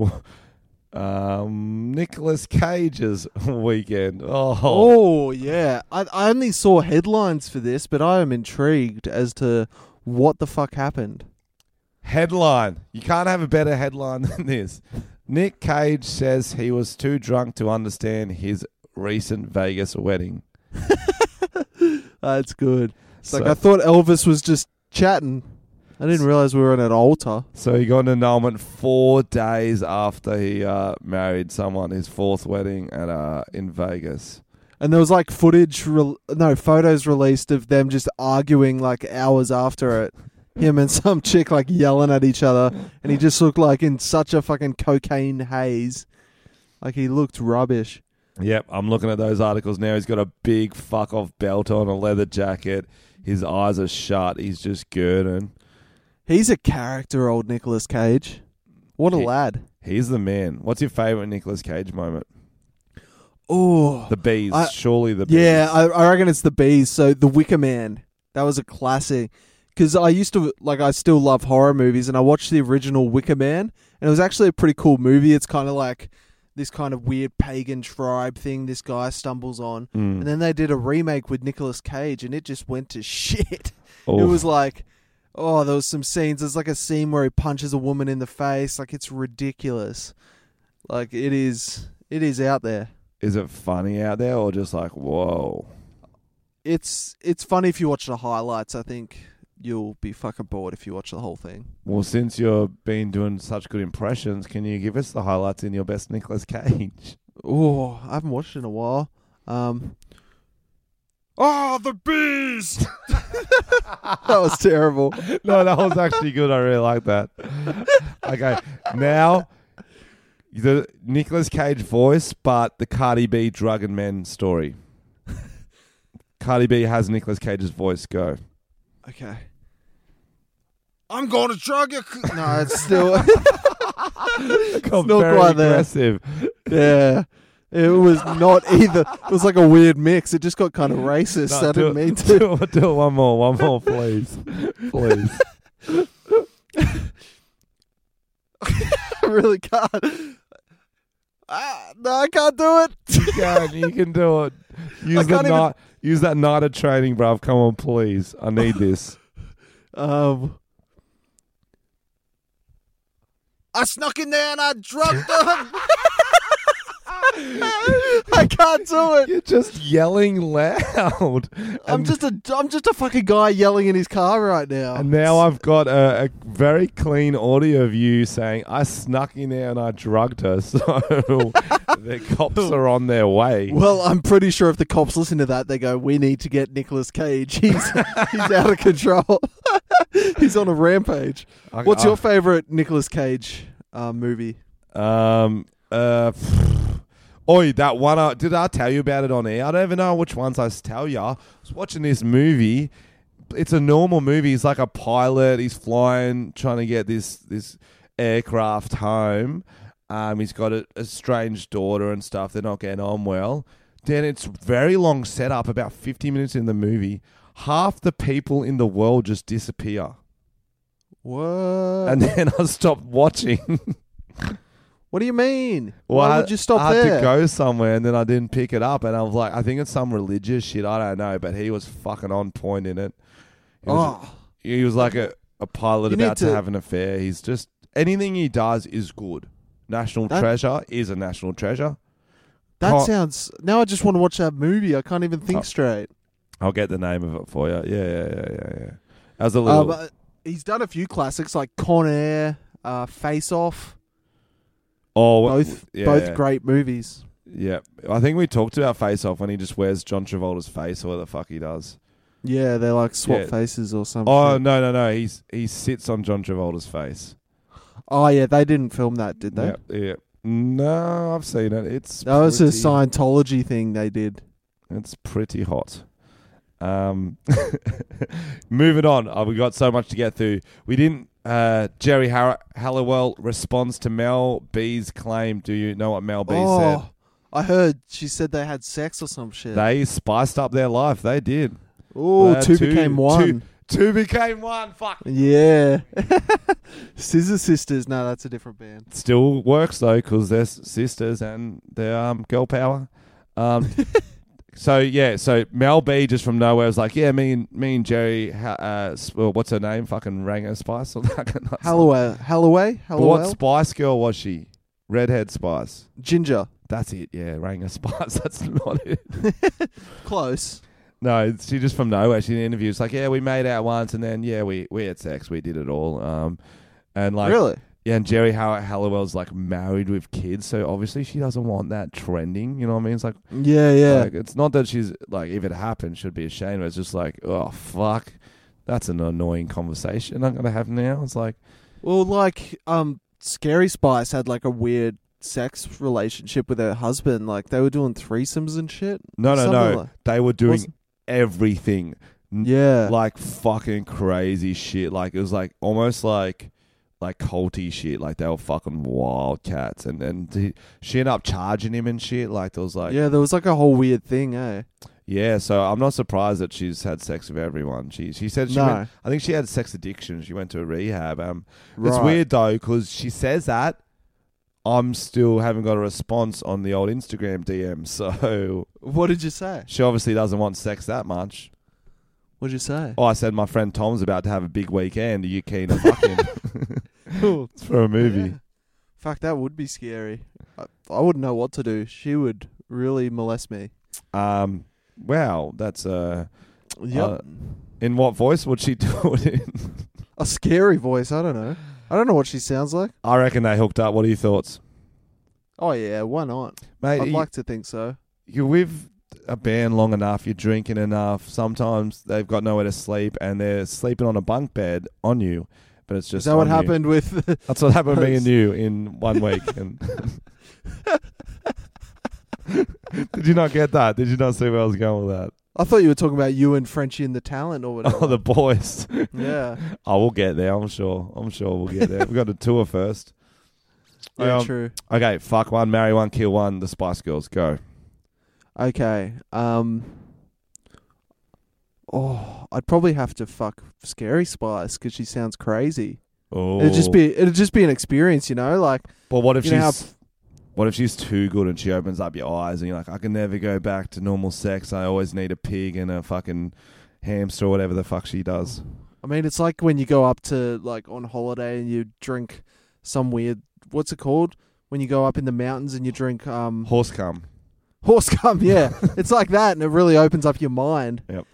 Speaker 3: oh, um, Nicholas Cage's weekend. Oh,
Speaker 2: Oh, yeah. I, I only saw headlines for this, but I am intrigued as to what the fuck happened.
Speaker 3: headline. You can't have a better headline than this. Nick Cage says he was too drunk to understand his recent Vegas wedding.
Speaker 2: That's good. Uh, It's like
Speaker 3: So-
Speaker 2: I thought Elvis was just chatting. I didn't realize we were on an altar.
Speaker 3: So he got an annulment four days after he uh, married someone, his fourth wedding at uh, in Vegas.
Speaker 2: And there was like footage, re- no photos released of them just arguing like hours after it. Him and some chick like yelling at each other, and he just looked like in such a fucking cocaine haze. Like he looked rubbish.
Speaker 3: Yep, I'm looking at those articles now. He's got a big fuck off belt on, a leather jacket. His eyes are shut. He's just girding.
Speaker 2: He's a character, old Nicolas Cage. What a
Speaker 3: He-
Speaker 2: lad.
Speaker 3: He's the man. What's your favorite Nicolas Cage moment?
Speaker 2: Oh.
Speaker 3: The bees,
Speaker 2: I-
Speaker 3: surely the bees.
Speaker 2: Yeah, I, I reckon it's the bees. So the Wicker Man, that was a classic. Because I used to like, I still love horror movies, and I watched the original Wicker Man, and it was actually a pretty cool movie. It's kind of like this kind of weird pagan tribe thing this guy stumbles on,
Speaker 3: Mm.
Speaker 2: and then they did a remake with Nicolas Cage, and it just went to shit.
Speaker 3: Oh,
Speaker 2: It was like, oh, there was some scenes. There's like a scene where he punches a woman in the face. Like it's ridiculous. Like it is, it is out there.
Speaker 3: is it funny out there or just like whoa?
Speaker 2: It's it's funny if you watch the highlights. I think you'll be fucking bored if you watch the whole thing.
Speaker 3: Well, since you've been doing such good impressions, can you give us the highlights in your best Nicolas Cage?
Speaker 2: Oh, I haven't watched it in a while. Um,
Speaker 1: Ah, the bees!
Speaker 2: that was terrible.
Speaker 3: no, that was actually good. I really like that. Okay, now the Nicolas Cage voice, but the Cardi B drug and men story. Cardi B has Nicolas Cage's voice. Go.
Speaker 2: Okay,
Speaker 1: I'm gonna drug you. c-
Speaker 2: no, it's still
Speaker 3: Got
Speaker 2: not
Speaker 3: very
Speaker 2: quite there.
Speaker 3: aggressive.
Speaker 2: yeah. It was not either. It was like a weird mix. It just got kind of racist.
Speaker 3: No,
Speaker 2: I
Speaker 3: do
Speaker 2: didn't
Speaker 3: it-
Speaker 2: mean to.
Speaker 3: Do, it- do it one more, one more, please, please.
Speaker 2: I really can't. Ah, no, I can't do it.
Speaker 3: You can, you can do it. Use the
Speaker 2: can't even-
Speaker 3: night, use that night of training, bruv. Come on, please. I need this.
Speaker 2: Um,
Speaker 5: I snuck in there and I drugged them.
Speaker 2: I can't
Speaker 5: can't do it.
Speaker 3: You're just yelling loud.
Speaker 2: I'm
Speaker 3: And-
Speaker 2: just a I'm just a fucking guy yelling in his car right now.
Speaker 3: And now I've got a, a very clean audio of you saying, I snuck in there and I drugged her. So the cops are on their way.
Speaker 2: well, I'm pretty sure if the cops listen to that, they go, "We need to get Nicolas Cage. He's he's out of control. he's on a rampage."
Speaker 3: I-
Speaker 2: What's
Speaker 3: I-
Speaker 2: your favorite Nicolas Cage uh, movie?
Speaker 3: Um, uh, oi, that one. I, did I tell you about it on air? I don't even know which ones I s- tell you. I was watching this movie. It's a normal movie. He's like a pilot. He's flying, trying to get this this aircraft home. Um, he's got a, a strange daughter and stuff. They're not getting on well. Then it's very long setup, about fifty minutes in the movie. Half the people in the world just disappear,
Speaker 2: What?
Speaker 3: and then I stopped watching.
Speaker 2: what do you mean?
Speaker 3: Well,
Speaker 2: Why
Speaker 3: I-
Speaker 2: would you stop
Speaker 3: I had
Speaker 2: there?
Speaker 3: to go somewhere and then I didn't pick it up. And I was like, I think it's some religious shit. I don't know. But he was fucking on point in it. He was,
Speaker 2: Oh,
Speaker 3: he was like a, a pilot
Speaker 2: You need
Speaker 3: about to,
Speaker 2: to-
Speaker 3: have an affair. He's just, anything he does is good. National
Speaker 2: That-
Speaker 3: Treasure is a national treasure.
Speaker 2: that
Speaker 3: can't-
Speaker 2: sounds. Now I just want to watch that movie. I can't even think
Speaker 3: Oh.
Speaker 2: straight.
Speaker 3: I'll get the name of it for you. Yeah, yeah, yeah, yeah, yeah. As a
Speaker 2: Um,
Speaker 3: little.
Speaker 2: uh, he's done a few classics like Con Air, uh, Face Off.
Speaker 3: oh, what-
Speaker 2: Both
Speaker 3: yeah,
Speaker 2: both
Speaker 3: yeah.
Speaker 2: great movies.
Speaker 3: Yeah. I think we talked about Face Off when he just wears John Travolta's face or what the fuck he does.
Speaker 2: Yeah, they're like swap
Speaker 3: Yeah.
Speaker 2: faces or something.
Speaker 3: Oh,
Speaker 2: Oh,
Speaker 3: no, no, no. He's, he sits on John Travolta's face.
Speaker 2: Oh, yeah, they didn't film that, did they?
Speaker 3: Yeah, yeah. No, I've seen it. It's
Speaker 2: That was a
Speaker 3: pretty,
Speaker 2: Scientology thing they did.
Speaker 3: It's pretty hot. Um, moving on. Oh, we got so much to get through. We didn't. Uh, Jerry Har- Halliwell responds to Mel B's claim. Do you know what Mel B
Speaker 2: oh, I heard she said they had sex or some shit.
Speaker 3: said? They spiced up their life. They did.
Speaker 2: Oh,
Speaker 3: Uh,
Speaker 2: two
Speaker 3: two-
Speaker 2: became one.
Speaker 3: Two became one. Fuck.
Speaker 2: Yeah, Scissor Sisters. No, that's a different band.
Speaker 3: Still works though because they're s- sisters and they're um, girl power. Um, so yeah, so Mel B just from nowhere was like, yeah, me and me and Jerry, ha- uh, s- well, what's her name? Fucking Rango Spice or that?
Speaker 2: Halloway, Halloway,
Speaker 3: What
Speaker 2: Hallowell,
Speaker 3: Spice girl was she? Redhead Spice.
Speaker 2: Ginger.
Speaker 3: That's it. Yeah, Rango Spice. That's not it.
Speaker 2: Close.
Speaker 3: No, she just from nowhere. She in interviews like, yeah, we made out once, and then yeah, we we had sex. We did it all. Um, and like
Speaker 2: really?
Speaker 3: Yeah, and Jerry Howard Halliwell's like married with kids, so obviously she doesn't want that trending. You know what I mean? It's like,
Speaker 2: Yeah, yeah.
Speaker 3: like, it's not that she's like, if it happened, should be ashamed. But it's just like, oh fuck, that's an annoying conversation I'm gonna have now. It's like,
Speaker 2: Well, like, um, Scary Spice had like a weird sex relationship with her husband. Like they were doing threesomes and shit.
Speaker 3: no, no,
Speaker 2: Something
Speaker 3: no,
Speaker 2: like-
Speaker 3: they were doing
Speaker 2: Wasn't-
Speaker 3: everything,
Speaker 2: Yeah.
Speaker 3: like fucking crazy shit. Like it was like almost like like culty shit. Like they were fucking wildcats, and and he, she ended up charging him and shit. Like there was like,
Speaker 2: yeah, there was like a whole weird thing, eh?
Speaker 3: Yeah, so I'm not surprised that she's had sex with everyone. She she said she
Speaker 2: No.
Speaker 3: went, I think she had sex addiction. She went to a rehab. Um, it's
Speaker 2: Right.
Speaker 3: weird though because she says that I'm still haven't got a response on the old Instagram DM. So
Speaker 2: What did you say?
Speaker 3: she obviously doesn't want sex that much.
Speaker 2: What did you say?
Speaker 3: Oh, I said my friend Tom's about to have a big weekend. Are you keen to fuck him? it's for a movie.
Speaker 2: Yeah. Fuck, that would be scary. I, I wouldn't know what to do. She would really molest me.
Speaker 3: Um, wow, that's uh,
Speaker 2: Yep.
Speaker 3: Uh, in what voice would she do it in?
Speaker 2: a scary voice. I don't know. I don't know what she sounds like.
Speaker 3: I reckon they hooked up. What are your thoughts,
Speaker 2: Oh yeah, why not?
Speaker 3: mate?
Speaker 2: I'd
Speaker 3: you-
Speaker 2: like to think so.
Speaker 3: you're with a band long enough, you're drinking enough. Sometimes they've got nowhere to sleep, and they're sleeping on a bunk bed on you. But it's just
Speaker 2: Is that what
Speaker 3: on you.
Speaker 2: happened with?
Speaker 3: That's what happened to me and you in one week. And did you not get that? Did you not see where I was going with that?
Speaker 2: I thought you were talking about you and Frenchie and the talent or whatever.
Speaker 3: Oh, the boys.
Speaker 2: yeah,
Speaker 3: I will get there. I'm sure. I'm sure we'll get there. We've got a tour first.
Speaker 2: yeah,
Speaker 3: Um,
Speaker 2: true.
Speaker 3: Okay, fuck one, marry one, kill one. The Spice Girls, go.
Speaker 2: Okay. Um. Oh, I'd probably have to fuck Scary Spice because she sounds crazy.
Speaker 3: Oh,
Speaker 2: It'd just be it'd just be an experience, you know. Like
Speaker 3: But what if
Speaker 2: You know how-
Speaker 3: she's what if she's too good and she opens up your eyes and you're like, I can never go back to normal sex. I always need a pig and a fucking hamster or whatever the fuck she does.
Speaker 2: I mean, it's like when you go up to like on holiday and you drink some weird what's it called when you go up in the mountains and you drink um
Speaker 3: Horse cum.
Speaker 2: Horse cum, yeah. it's like that, and it really opens up your mind.
Speaker 3: Yep.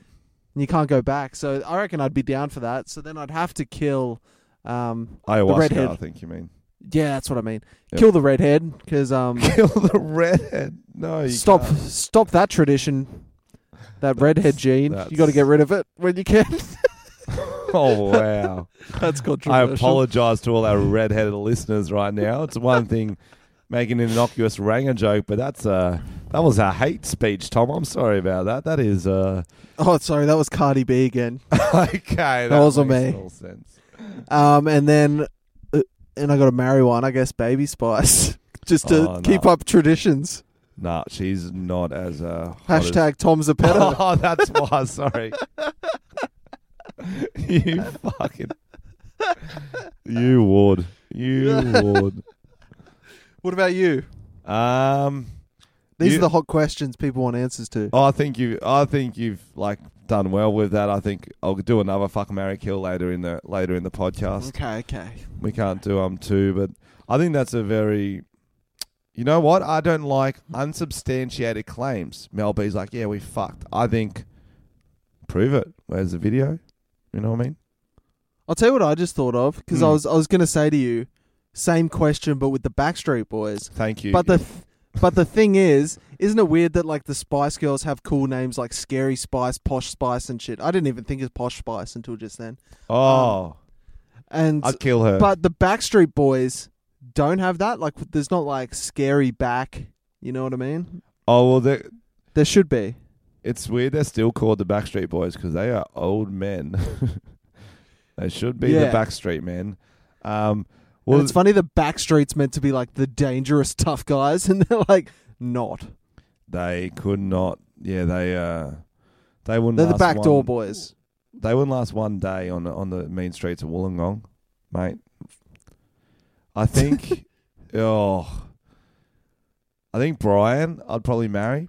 Speaker 2: And you can't go back. So I reckon I'd be down for that. So then I'd have to kill. Um, redhead.
Speaker 3: Ayahuasca, I think you mean.
Speaker 2: yeah, that's what I mean.
Speaker 3: Yep.
Speaker 2: Kill the redhead, because um,
Speaker 3: Kill the redhead. No, you
Speaker 2: stop,
Speaker 3: can't.
Speaker 2: stop that tradition. That redhead gene, you
Speaker 3: that's-
Speaker 2: got to get rid of it when you can.
Speaker 3: Oh wow.
Speaker 2: that's
Speaker 3: I
Speaker 2: controversial.
Speaker 3: apologize to all our redheaded listeners right now. It's one thing making an innocuous ranger joke, but that's uh that was a hate speech, Tom. I'm sorry about that. That is uh
Speaker 2: Oh, sorry, that was Cardi B again.
Speaker 3: okay. That,
Speaker 2: was on
Speaker 3: makes
Speaker 2: me.
Speaker 3: all sense.
Speaker 2: Um, and then, uh, and I got to marry one, I guess, Baby Spice, just to
Speaker 3: Oh, no.
Speaker 2: keep up traditions.
Speaker 3: Nah, she's not as uh hot as-
Speaker 2: Hashtag Tom's a pedo.
Speaker 3: Oh, that's why. Sorry. you fucking. You would. You would.
Speaker 2: what about you?
Speaker 3: Um.
Speaker 2: These
Speaker 3: You-
Speaker 2: are the hot questions people want answers to.
Speaker 3: I think you. I think you've like done well with that. I think I'll do another fuck Mary kill later in the later in the podcast.
Speaker 2: Okay, okay.
Speaker 3: We can't do um two, but I think that's a very. You know what? I don't like unsubstantiated claims. Mel B's like, yeah, we fucked. I think, prove it. Where's the video? You know what I mean?
Speaker 2: I'll tell you what I just thought of because I
Speaker 3: Hmm.
Speaker 2: was I was gonna say to you, same question but with the Backstreet Boys.
Speaker 3: Thank you.
Speaker 2: But the th- but the thing is, isn't it weird that like the Spice Girls have cool names like Scary Spice, Posh Spice, and shit? I didn't even think of Posh Spice until just then.
Speaker 3: oh,
Speaker 2: And
Speaker 3: I'd kill her.
Speaker 2: um, But the Backstreet Boys don't have that. Like, there's not like scary back. You know what I mean?
Speaker 3: oh well, they-
Speaker 2: There should be.
Speaker 3: it's weird. They're still called the Backstreet Boys because they are old men. they should be
Speaker 2: Yeah.
Speaker 3: the Backstreet Men. Um,
Speaker 2: Well,
Speaker 3: well,
Speaker 2: it's funny the Backstreet's meant to be like the dangerous tough guys, and they're like not.
Speaker 3: they could not. Yeah, they uh, they wouldn't.
Speaker 2: They're the
Speaker 3: last
Speaker 2: backdoor
Speaker 3: one-
Speaker 2: boys.
Speaker 3: They wouldn't last one day on the, on the mean streets of Wollongong, mate. I think. oh, I think Brian. I'd probably marry.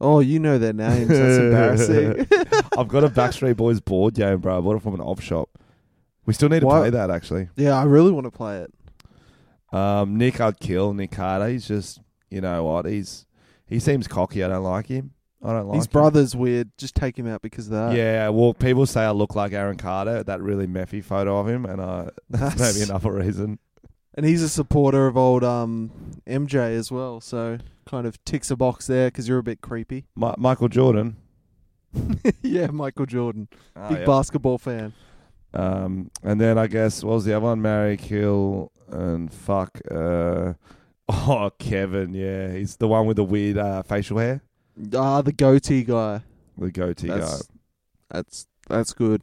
Speaker 2: Oh, you know their names. That's embarrassing.
Speaker 3: I've got a Backstreet Boys board game, bro. I bought it from an op shop. We still need to
Speaker 2: Why-
Speaker 3: play that, actually.
Speaker 2: yeah, I really want to play it.
Speaker 3: Um, Nick, I'd kill Nick Carter. He's just, you know what? He's he seems cocky. I don't like him. I don't like
Speaker 2: His
Speaker 3: him.
Speaker 2: brother's weird. Just take him out because of that.
Speaker 3: Yeah, well, people say I look like Aaron Carter. That really meffy photo of him, and uh, that's
Speaker 2: Nice.
Speaker 3: maybe another reason.
Speaker 2: And he's a supporter of old um MJ as well, so kind of ticks a box there because you're a bit creepy.
Speaker 3: Mi- Michael Jordan,
Speaker 2: yeah, Michael Jordan,
Speaker 3: Ah,
Speaker 2: big
Speaker 3: yeah.
Speaker 2: basketball fan.
Speaker 3: Um, and then I guess what was the other one? Marry, kill, and fuck. Uh, oh, Kevin. Yeah, he's the one with the weird uh, facial hair,
Speaker 2: Ah, the goatee guy.
Speaker 3: the goatee guy.
Speaker 2: That's, that's that's good.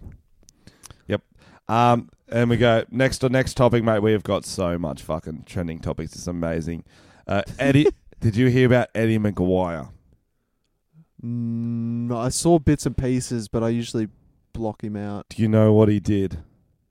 Speaker 3: Um, and we go next next topic, mate. We have got so much fucking trending topics. It's amazing. Uh, Eddie, did you hear about Eddie McGuire?
Speaker 2: Mm, I saw bits and pieces, but I usually block him out.
Speaker 3: Do you know what he did?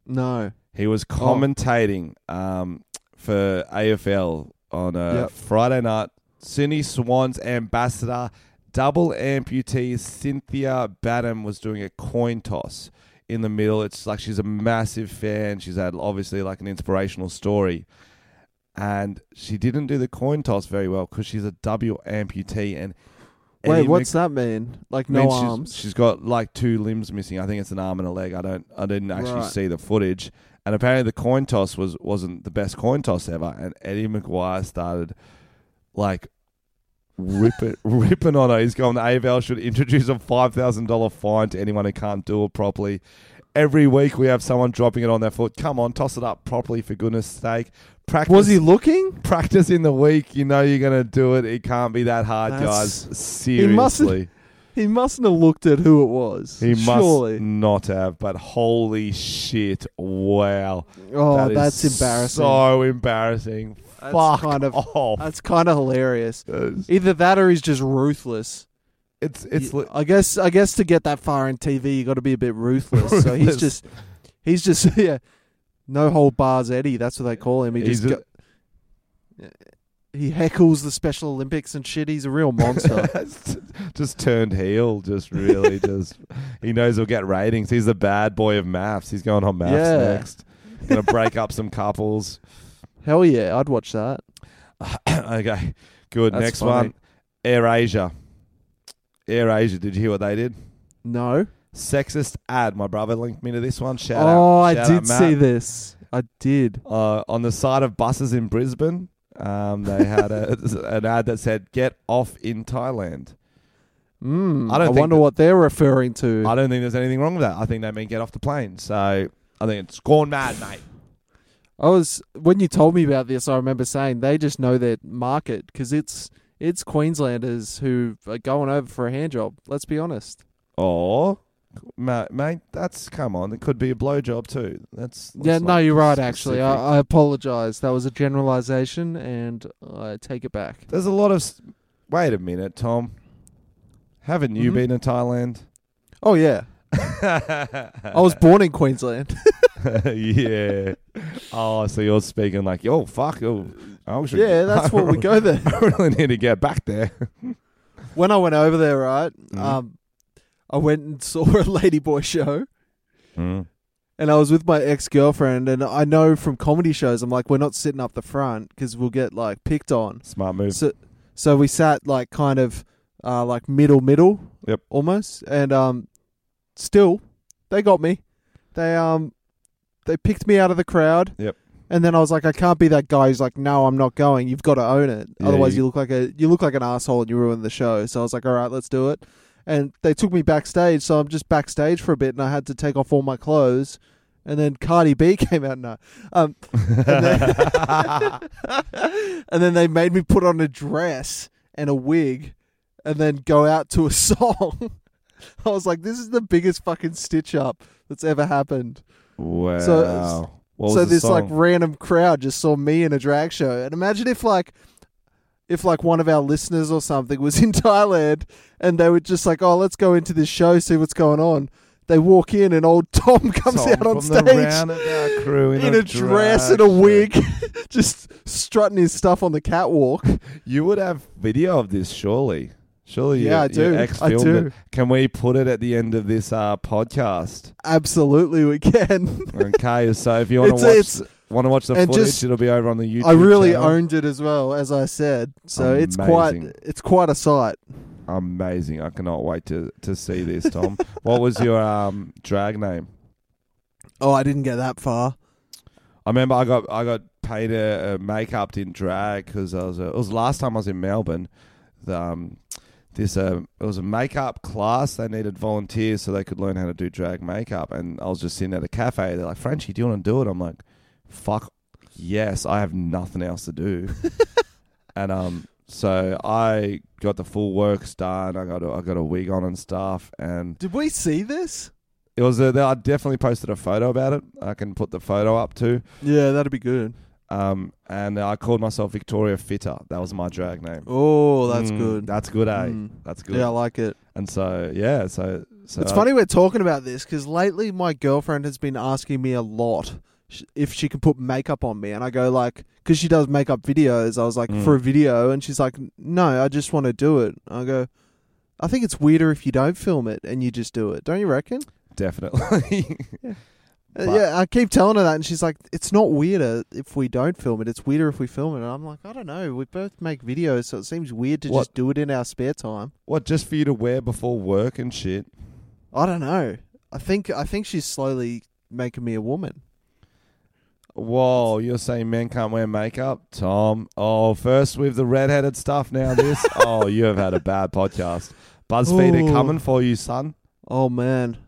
Speaker 2: No.
Speaker 3: He was
Speaker 2: Oh.
Speaker 3: commentating um, for AFL on a
Speaker 2: Yep.
Speaker 3: Friday night. Sydney Swans ambassador, double amputee Cynthia Badham was doing a coin toss in the middle. It's like she's a massive fan. She's had obviously like an inspirational story. And she didn't do the coin toss very well because she's a double amputee. And
Speaker 2: Wait,
Speaker 3: Eddie
Speaker 2: what's that mean? Like no
Speaker 3: means she's-
Speaker 2: arms?
Speaker 3: she's got like two limbs missing. I think it's an arm and a leg. I don't. I didn't actually
Speaker 2: Right.
Speaker 3: see the footage. And apparently, the coin toss was wasn't the best coin toss ever. And Eddie McGuire started like ripping ripping on her. He's going. The AFL should introduce a five thousand dollar fine to anyone who can't do it properly. Every week we have someone dropping it on their foot. Come on, toss it up properly for goodness sake. Practice
Speaker 2: Was he looking?
Speaker 3: practice in the week. You know you're gonna do it. It can't be that hard,
Speaker 2: That's-
Speaker 3: guys.
Speaker 2: He must've-
Speaker 3: Seriously.
Speaker 2: He mustn't have looked at who it was.
Speaker 3: He
Speaker 2: Surely.
Speaker 3: must not have, but holy shit. Wow.
Speaker 2: oh,
Speaker 3: That is
Speaker 2: that's embarrassing.
Speaker 3: So embarrassing.
Speaker 2: That's
Speaker 3: Fuck
Speaker 2: kind of-
Speaker 3: off.
Speaker 2: That's kind of hilarious.
Speaker 3: That's-
Speaker 2: Either that or he's just ruthless.
Speaker 3: it's it's
Speaker 2: Y-
Speaker 3: li-
Speaker 2: I guess I guess to get that far in TV, you got to be a bit ruthless. So he's
Speaker 3: Ruthless.
Speaker 2: just he's just yeah, no hold bars Eddie. That's what they call him. He
Speaker 3: He's
Speaker 2: just
Speaker 3: a-
Speaker 2: go- he heckles the Special Olympics and shit. He's a real monster.
Speaker 3: just turned heel. Just really just he knows he'll get ratings. He's the bad boy of maths. He's going on maths
Speaker 2: Yeah.
Speaker 3: next. Gonna break up some couples.
Speaker 2: Hell yeah, I'd watch that.
Speaker 3: okay. Good.
Speaker 2: That's
Speaker 3: next
Speaker 2: funny.
Speaker 3: one. AirAsia. AirAsia, did you hear what they did?
Speaker 2: No.
Speaker 3: Sexist ad. My brother linked me to this one. Shout out.
Speaker 2: oh, I
Speaker 3: Shout
Speaker 2: did
Speaker 3: out, Matt.
Speaker 2: see this. I did.
Speaker 3: Uh, on the side of buses in Brisbane, um, they had a, an ad that said, Get off in Thailand.
Speaker 2: Mm,
Speaker 3: I
Speaker 2: I,
Speaker 3: don't think
Speaker 2: wonder
Speaker 3: that-
Speaker 2: what they're referring to.
Speaker 3: I don't think there's anything wrong with that. I think they mean get off the plane. So I think it's gone mad, mate.
Speaker 2: I was when you told me about this. I remember saying they just know their market because it's it's Queenslanders who are going over for a hand job. Let's be honest.
Speaker 3: Or, ma- mate, that's come on. It could be a blowjob too. That's, that's
Speaker 2: yeah,
Speaker 3: not
Speaker 2: no, you're right.
Speaker 3: specific.
Speaker 2: Actually, I, I apologize. That was a generalization, and I take it back.
Speaker 3: there's a lot of. s Wait a minute, Tom. Haven't you
Speaker 2: Mhm.
Speaker 3: been to Thailand?
Speaker 2: Oh yeah, I was born in Queensland.
Speaker 3: yeah. Oh, so you're speaking like, oh fuck, oh, I should-
Speaker 2: yeah, that's what we go there.
Speaker 3: I really need to get back there.
Speaker 2: When I went over there, right,
Speaker 3: Mhm.
Speaker 2: um, I went and saw a ladyboy show. and I was with my ex girlfriend, and I know from comedy shows, I'm like, we're not sitting up the front because we'll get like picked on.
Speaker 3: Smart move.
Speaker 2: So, so we sat like kind of uh, like middle, middle,
Speaker 3: Yep.
Speaker 2: almost, and um, still they got me. They um, they picked me out of the crowd.
Speaker 3: Yep.
Speaker 2: And then I was like, I can't be that guy who's like, no, I'm not going. You've got to own it.
Speaker 3: Yeah,
Speaker 2: Otherwise,
Speaker 3: you-
Speaker 2: you look like a you look like an asshole and you ruin the show. So I was like, all right, let's do it. And they took me backstage, so I'm just backstage for a bit, and I had to take off all my clothes. And then Cardi B came out. No, um, and then, and then they made me put on a dress and a wig and then go out to a song. I was like, this is the biggest fucking stitch up that's ever happened.
Speaker 3: wow.
Speaker 2: so-
Speaker 3: What was
Speaker 2: so
Speaker 3: the
Speaker 2: this like
Speaker 3: song?
Speaker 2: random crowd just saw me in a drag show. And imagine if like if like one of our listeners or something was in Thailand and they were just like, Oh, let's go into this show, see what's going on. They walk in and old Tom comes
Speaker 3: Tom
Speaker 2: out on
Speaker 3: from the
Speaker 2: stage
Speaker 3: Roundabout crew in,
Speaker 2: in a dress and a
Speaker 3: drag
Speaker 2: wig, just strutting his stuff on the catwalk.
Speaker 3: shirt. You would have video of this, surely. Surely,
Speaker 2: Yeah, I
Speaker 3: your, your
Speaker 2: do.
Speaker 3: ex
Speaker 2: I
Speaker 3: filmed
Speaker 2: do.
Speaker 3: it. Can we put it at the end of this uh, podcast?
Speaker 2: Absolutely, we can.
Speaker 3: Okay, so if you want
Speaker 2: It's-
Speaker 3: to watch,
Speaker 2: it's-
Speaker 3: want to watch the
Speaker 2: and
Speaker 3: footage,
Speaker 2: just-
Speaker 3: it'll be over on the YouTube.
Speaker 2: I really
Speaker 3: channel.
Speaker 2: owned it as well, as I said. So it's quite
Speaker 3: Amazing.
Speaker 2: it's quite a sight.
Speaker 3: Amazing! I cannot wait to to see this, Tom. what was your um drag name?
Speaker 2: Oh, I didn't get that far.
Speaker 3: I remember I got I got paid a, a makeup in drag because I was a, it was the last time I was in Melbourne. The, um, this uh, it was a makeup class. They needed volunteers so they could learn how to do drag makeup. And I was just sitting at a cafe. They're like, "Frenchie, do you want to do it?" I'm like, "Fuck yes! I have nothing else to do." and um, so I got the full works done. I got a, I got a wig on and stuff. And
Speaker 2: Did we see this?
Speaker 3: it was a, I definitely posted a photo about it. I can put the photo up too.
Speaker 2: Yeah, that'd be good.
Speaker 3: Um, and I called myself Victoria Fitter. That was my drag name.
Speaker 2: Oh, that's
Speaker 3: Mm,
Speaker 2: good.
Speaker 3: That's good, eh?
Speaker 2: Mm.
Speaker 3: That's good.
Speaker 2: Yeah, I like it.
Speaker 3: And so, yeah, so, so
Speaker 2: it's
Speaker 3: I-
Speaker 2: funny we're talking about this because lately my girlfriend has been asking me a lot sh- if she can put makeup on me, and I go like, because she does makeup videos. I was like,
Speaker 3: Mm.
Speaker 2: for a video, and she's like, no, I just want to do it. I go, I think it's weirder if you don't film it and you just do it, don't you reckon?
Speaker 3: Definitely.
Speaker 2: Uh,
Speaker 3: But-
Speaker 2: yeah, I keep telling her that, and she's like, it's not weirder if we don't film it. It's weirder if we film it. And I'm like, I don't know. We both make videos, so it seems weird to
Speaker 3: What-
Speaker 2: just do it in our spare time.
Speaker 3: what, just for you to wear before work and shit?
Speaker 2: I don't know. I think I think she's slowly making me a woman.
Speaker 3: Whoa, you're saying men can't wear makeup? Tom. Oh, first with the redheaded stuff, now this. oh, you have had a bad podcast. BuzzFeed are
Speaker 2: Ooh.
Speaker 3: coming for you, son.
Speaker 2: Oh man,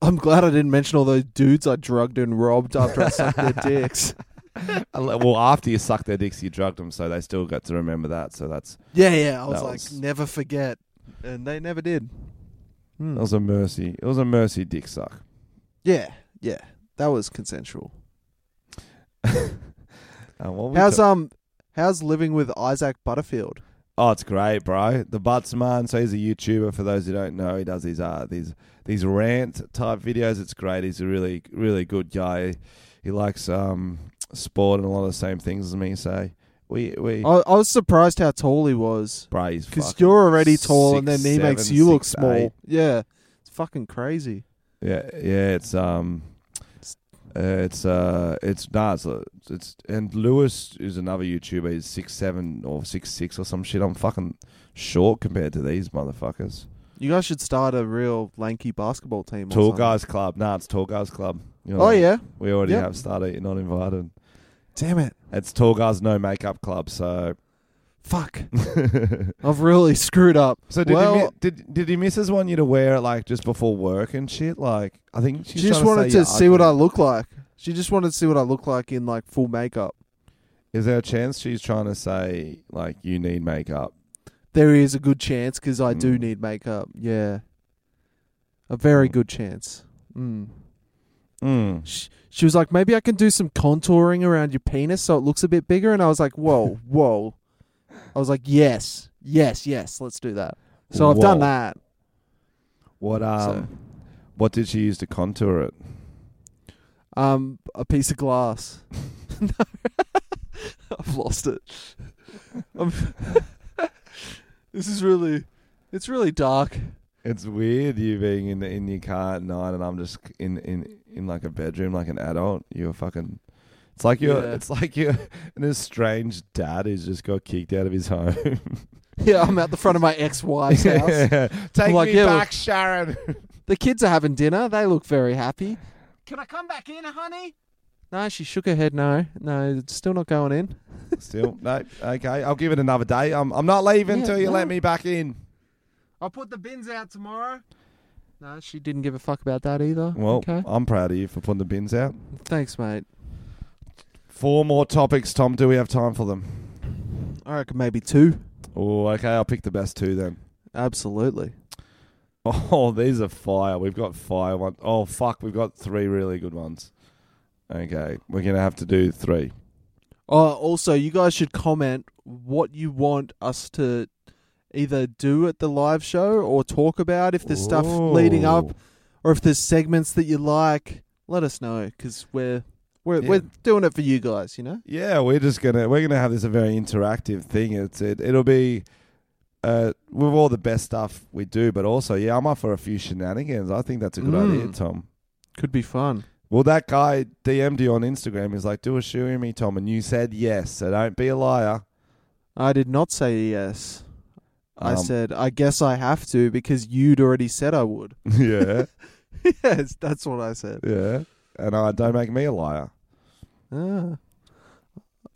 Speaker 2: I'm glad I didn't mention all those dudes I drugged and robbed after I sucked their dicks.
Speaker 3: Well, after you sucked their dicks, you drugged them, so they still got to remember that. So that's
Speaker 2: Yeah, yeah. I was
Speaker 3: That
Speaker 2: like,
Speaker 3: was-
Speaker 2: never forget, and they never did. Hmm.
Speaker 3: that was a mercy. It was a mercy dick suck.
Speaker 2: Yeah, yeah. That was consensual.
Speaker 3: Uh, what we
Speaker 2: How's um, how's living with Isaac Butterfield?
Speaker 3: Oh, it's great, bro. The Butts Man. So he's a YouTuber. For those who don't know, he does these uh these these rant type videos. It's great. He's a really really good guy. He likes um sport and a lot of the same things as me. So we we
Speaker 2: I, I was surprised how tall he was
Speaker 3: bro, he's
Speaker 2: because
Speaker 3: fucking-
Speaker 2: Oh, you're already tall,
Speaker 3: six,
Speaker 2: and then he makes
Speaker 3: seven,
Speaker 2: you look
Speaker 3: six,
Speaker 2: small.
Speaker 3: eight.
Speaker 2: Yeah, it's fucking crazy.
Speaker 3: yeah yeah. It's um Uh, it's uh, it's nah, it's, a- it's and Lewis is another YouTuber. He's six seven or six six or some shit. I'm fucking short compared to these motherfuckers.
Speaker 2: You guys should start a real lanky basketball team. or
Speaker 3: Tall
Speaker 2: something.
Speaker 3: Guys Club. Nah, it's Tall Guys Club. You know,
Speaker 2: Oh yeah.
Speaker 3: we already
Speaker 2: Yep.
Speaker 3: have started. You're not invited.
Speaker 2: Damn it.
Speaker 3: It's Tall Guys No Makeup Club. So
Speaker 2: Fuck. I've really screwed up.
Speaker 3: so did
Speaker 2: well,
Speaker 3: he mi- did did he miss his one you to wear it like just before work and shit? Like I think she's
Speaker 2: she just
Speaker 3: trying
Speaker 2: wanted
Speaker 3: say
Speaker 2: to
Speaker 3: you're
Speaker 2: see what I
Speaker 3: ugly.
Speaker 2: look like. She just wanted to see what I look like in like full makeup.
Speaker 3: Is there a chance she's trying to say like you need makeup?
Speaker 2: There is a good chance because I do
Speaker 3: Mm.
Speaker 2: need makeup. Yeah, a very
Speaker 3: Mm.
Speaker 2: good chance. Mm.
Speaker 3: Mm.
Speaker 2: She, she was like, maybe I can do some contouring around your penis so it looks a bit bigger. And I was like, whoa, whoa. I was like, yes, yes, yes, let's do that. So I've done
Speaker 3: Whoa.
Speaker 2: that.
Speaker 3: What um, what did she use to contour it?
Speaker 2: Um, a piece of glass. no, I've lost it. I'm this is really, it's really dark.
Speaker 3: It's weird you being in in your car at night, and I'm just in in in like a bedroom, like an adult. You're fucking. It's like you're.
Speaker 2: Yeah.
Speaker 3: It's like you're an estranged dad who's just got kicked out of his home.
Speaker 2: Yeah, I'm out the front of my ex-wife's house.
Speaker 3: Take
Speaker 2: Like,
Speaker 3: me
Speaker 2: yeah, well-
Speaker 3: back, Sharon.
Speaker 2: The kids are having dinner. They look very happy.
Speaker 5: Can I come back in, honey?
Speaker 2: No, she shook her head. No, no, it's still not going in.
Speaker 3: Still no. Okay, I'll give it another day. I'm I'm not leaving
Speaker 2: Yeah,
Speaker 3: till you
Speaker 2: no.
Speaker 3: let me back in.
Speaker 5: I'll put the bins out tomorrow.
Speaker 2: No, she didn't give a fuck about that either.
Speaker 3: Well,
Speaker 2: okay.
Speaker 3: I'm proud of you for putting the bins out.
Speaker 2: Thanks, mate.
Speaker 3: Four more topics, Tom. Do we have time for them?
Speaker 2: I reckon maybe two.
Speaker 3: Oh, okay. I'll pick the best two then.
Speaker 2: Absolutely.
Speaker 3: Oh, these are fire. We've got fire one. Oh fuck, we've got three really good ones. Okay, we're gonna have to do three.
Speaker 2: Oh, also, you guys should comment what you want us to either do at the live show or talk about if there's stuff leading up
Speaker 3: Ooh.
Speaker 2: or if there's segments that you like. Let us know because we're we're
Speaker 3: Yeah.
Speaker 2: we're doing it for you guys. You know.
Speaker 3: Yeah, we're just gonna we're gonna have this a very interactive thing. It's it it'll be uh with all the best stuff we do, but also yeah, I'm up for a few shenanigans. I think that's a good idea,
Speaker 2: Mm.
Speaker 3: Tom.
Speaker 2: Could be fun.
Speaker 3: Well, that guy DM'd you on Instagram. He's like, "Do a shoe in me, Tom," and you said yes. So don't be a liar.
Speaker 2: I did not say yes. I
Speaker 3: Um,
Speaker 2: said I guess I have to because you'd already said I would.
Speaker 3: yeah,
Speaker 2: yes, that's what I said.
Speaker 3: yeah, and I don't make me a liar.
Speaker 2: Ah.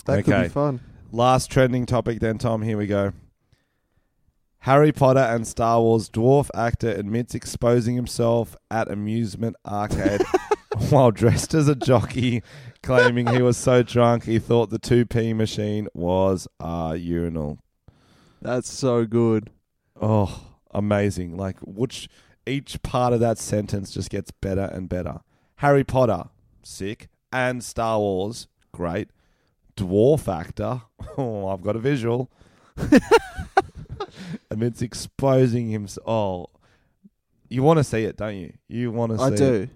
Speaker 2: That could
Speaker 3: Okay.
Speaker 2: be fun.
Speaker 3: Last trending topic, then, Tom. Here we go. Harry Potter and Star Wars dwarf actor admits exposing himself at amusement arcade while dressed as a jockey, claiming he was so drunk he thought the 2P machine was a urinal.
Speaker 2: That's so good.
Speaker 3: Oh, amazing. Like, which each part of that sentence just gets better and better. Harry Potter, sick. And Star Wars, great. Dwarf actor, oh, I've got a visual. Amidst exposing himself. Oh, you want to see it, don't you? You want to see
Speaker 2: I do.
Speaker 3: it.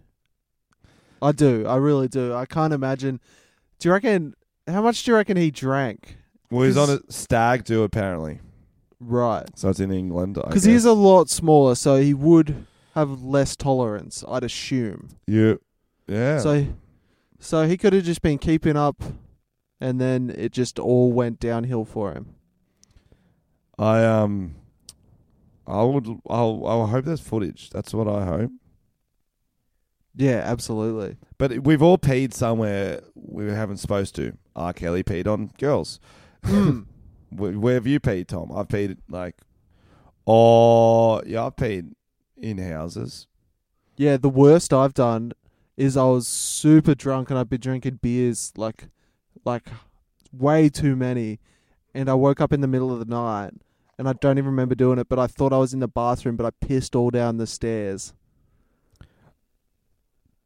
Speaker 2: I do. I really do. I can't imagine. Do you reckon? How much do you reckon he drank?
Speaker 3: Well, he's on
Speaker 2: 'Cause-
Speaker 3: a stag do, apparently.
Speaker 2: Right.
Speaker 3: So it's in England.
Speaker 2: Because he's a lot smaller, so he would have less tolerance, I'd assume.
Speaker 3: You, yeah.
Speaker 2: So, so he could have just been keeping up, and then it just all went downhill for him.
Speaker 3: I um, I would. I'll. I'll hope there's footage. That's what I hope.
Speaker 2: Yeah, absolutely.
Speaker 3: But we've all peed somewhere we haven't supposed to. R. Kelly peed on girls.
Speaker 2: Mm.
Speaker 3: Where, where have you peed, Tom? I've peed like, oh yeah, I've peed in houses.
Speaker 2: Yeah, the worst I've done is I was super drunk and I'd been drinking beers like like way too many and I woke up in the middle of the night and I don't even remember doing it, but I thought I was in the bathroom but I pissed all down the stairs.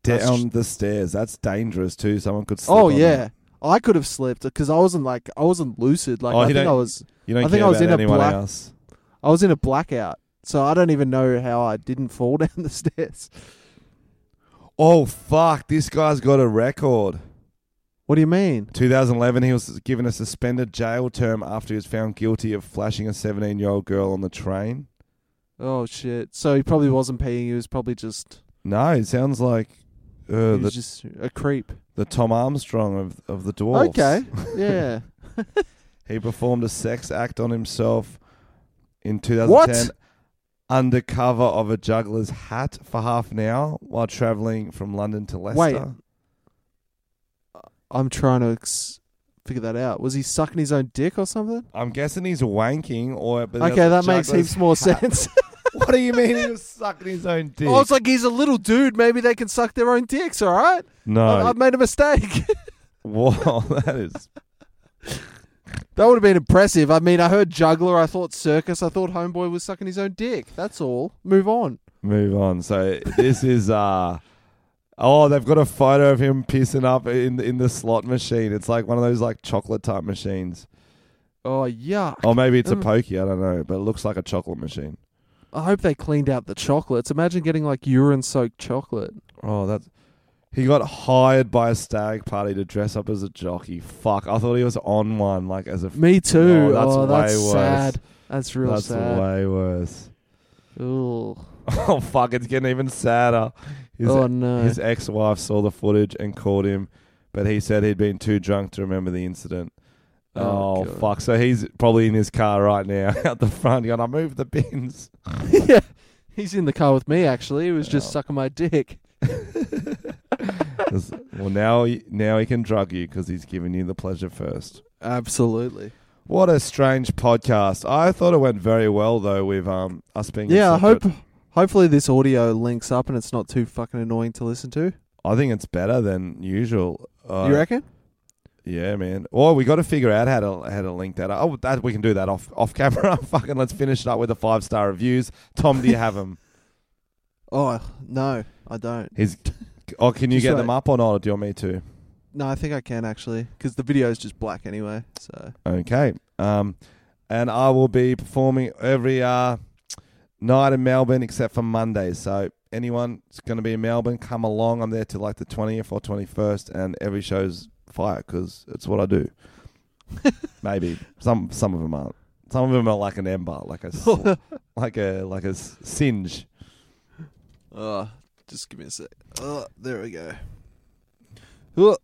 Speaker 3: Down
Speaker 2: That's-
Speaker 3: the stairs. That's dangerous too. Someone could. Slip
Speaker 2: oh
Speaker 3: on
Speaker 2: yeah.
Speaker 3: that.
Speaker 2: I could have slipped because I wasn't like I wasn't lucid. Like
Speaker 3: Oh,
Speaker 2: I
Speaker 3: you
Speaker 2: think I
Speaker 3: don't-
Speaker 2: was
Speaker 3: You don't
Speaker 2: I
Speaker 3: care
Speaker 2: think I was
Speaker 3: about
Speaker 2: in a
Speaker 3: anyone
Speaker 2: black-
Speaker 3: else.
Speaker 2: I was in a blackout. So I don't even know how I didn't fall down the stairs.
Speaker 3: Oh fuck! This guy's got a record.
Speaker 2: What do you mean?
Speaker 3: 2011, he was given a suspended jail term after he was found guilty of flashing a 17 year old girl on the train.
Speaker 2: Oh shit. So he probably wasn't peeing, he was probably just
Speaker 3: No, it sounds like Uh,
Speaker 2: He was
Speaker 3: the,
Speaker 2: just a creep.
Speaker 3: the Tom Armstrong of of the dwarves.
Speaker 2: Okay. Yeah.
Speaker 3: He performed a sex act on himself in 2010
Speaker 2: What?
Speaker 3: under cover of a juggler's hat for half an hour while traveling from London to Leicester.
Speaker 2: Wait. I'm trying to ex- figure that out. Was he sucking his own dick or something?
Speaker 3: I'm guessing he's wanking or. But
Speaker 2: okay, that makes
Speaker 3: juggler's
Speaker 2: heaps more
Speaker 3: hat.
Speaker 2: sense.
Speaker 3: What do you mean he was sucking his own dick?
Speaker 2: I was like, he's a little dude. Maybe they can suck their own dicks. All right. I-
Speaker 3: no.
Speaker 2: I've made a mistake.
Speaker 3: Wow, that is.
Speaker 2: that would have been impressive. I mean, I heard juggler. I thought circus. I thought homeboy was sucking his own dick. That's all. Move on.
Speaker 3: Move on. So this is uh oh, they've got a photo of him pissing up in in the slot machine. It's like one of those like chocolate type machines,
Speaker 2: Oh yuck!
Speaker 3: or maybe it's a
Speaker 2: Mm.
Speaker 3: pokey. I don't know, but it looks like a chocolate machine.
Speaker 2: I hope they cleaned out the chocolates. Imagine getting like urine-soaked chocolate.
Speaker 3: Oh, that's he got hired by a stag party to dress up as a jockey. Fuck, I thought he was on one like as a. f-
Speaker 2: Me too.
Speaker 3: No, that's
Speaker 2: oh, that's
Speaker 3: way worse.
Speaker 2: sad. That's real
Speaker 3: that's
Speaker 2: sad.
Speaker 3: way worse.
Speaker 2: Ooh.
Speaker 3: Oh fuck, it's getting even sadder. His
Speaker 2: oh no.
Speaker 3: His ex wife saw the footage and called him, but he said he'd been too drunk to remember the incident.
Speaker 2: Oh,
Speaker 3: Oh,
Speaker 2: God.
Speaker 3: fuck. So he's probably in his car right now out the front going, I moved the bins.
Speaker 2: yeah, he's in the car with me. Actually, he was just
Speaker 3: Oh.
Speaker 2: sucking my dick.
Speaker 3: 'Cause- well, now he, now he can drug you because he's giving you the pleasure first.
Speaker 2: Absolutely.
Speaker 3: What a strange podcast. I thought it went very well, though, with um us being. in
Speaker 2: Yeah, I
Speaker 3: separate-
Speaker 2: hope. Hopefully, this audio links up and it's not too fucking annoying to listen to.
Speaker 3: I think it's better than usual. Uh,
Speaker 2: you reckon?
Speaker 3: Yeah, man. Well, we got to figure out how to how to link that. Up. Oh, that we can do that off off camera. Fucking, let's finish it up with the five star reviews. Tom, do you have them?
Speaker 2: Oh no, I don't.
Speaker 3: He's. Oh, can you
Speaker 2: Just
Speaker 3: get
Speaker 2: wait.
Speaker 3: them up or not? Or do you want me to?
Speaker 2: No, I think I can actually because the video is just black anyway. So
Speaker 3: Okay. Um, and I will be performing every uh night in Melbourne except for Mondays. So anyone that's going to be in Melbourne, come along. I'm there till like the twentieth or twenty first, and every show's fire because it's what I do. Maybe some some of them aren't. Some of them are like an ember, like a s- like a like a s- singe.
Speaker 2: Oh, just give me a sec. Oh, there we go. Oh,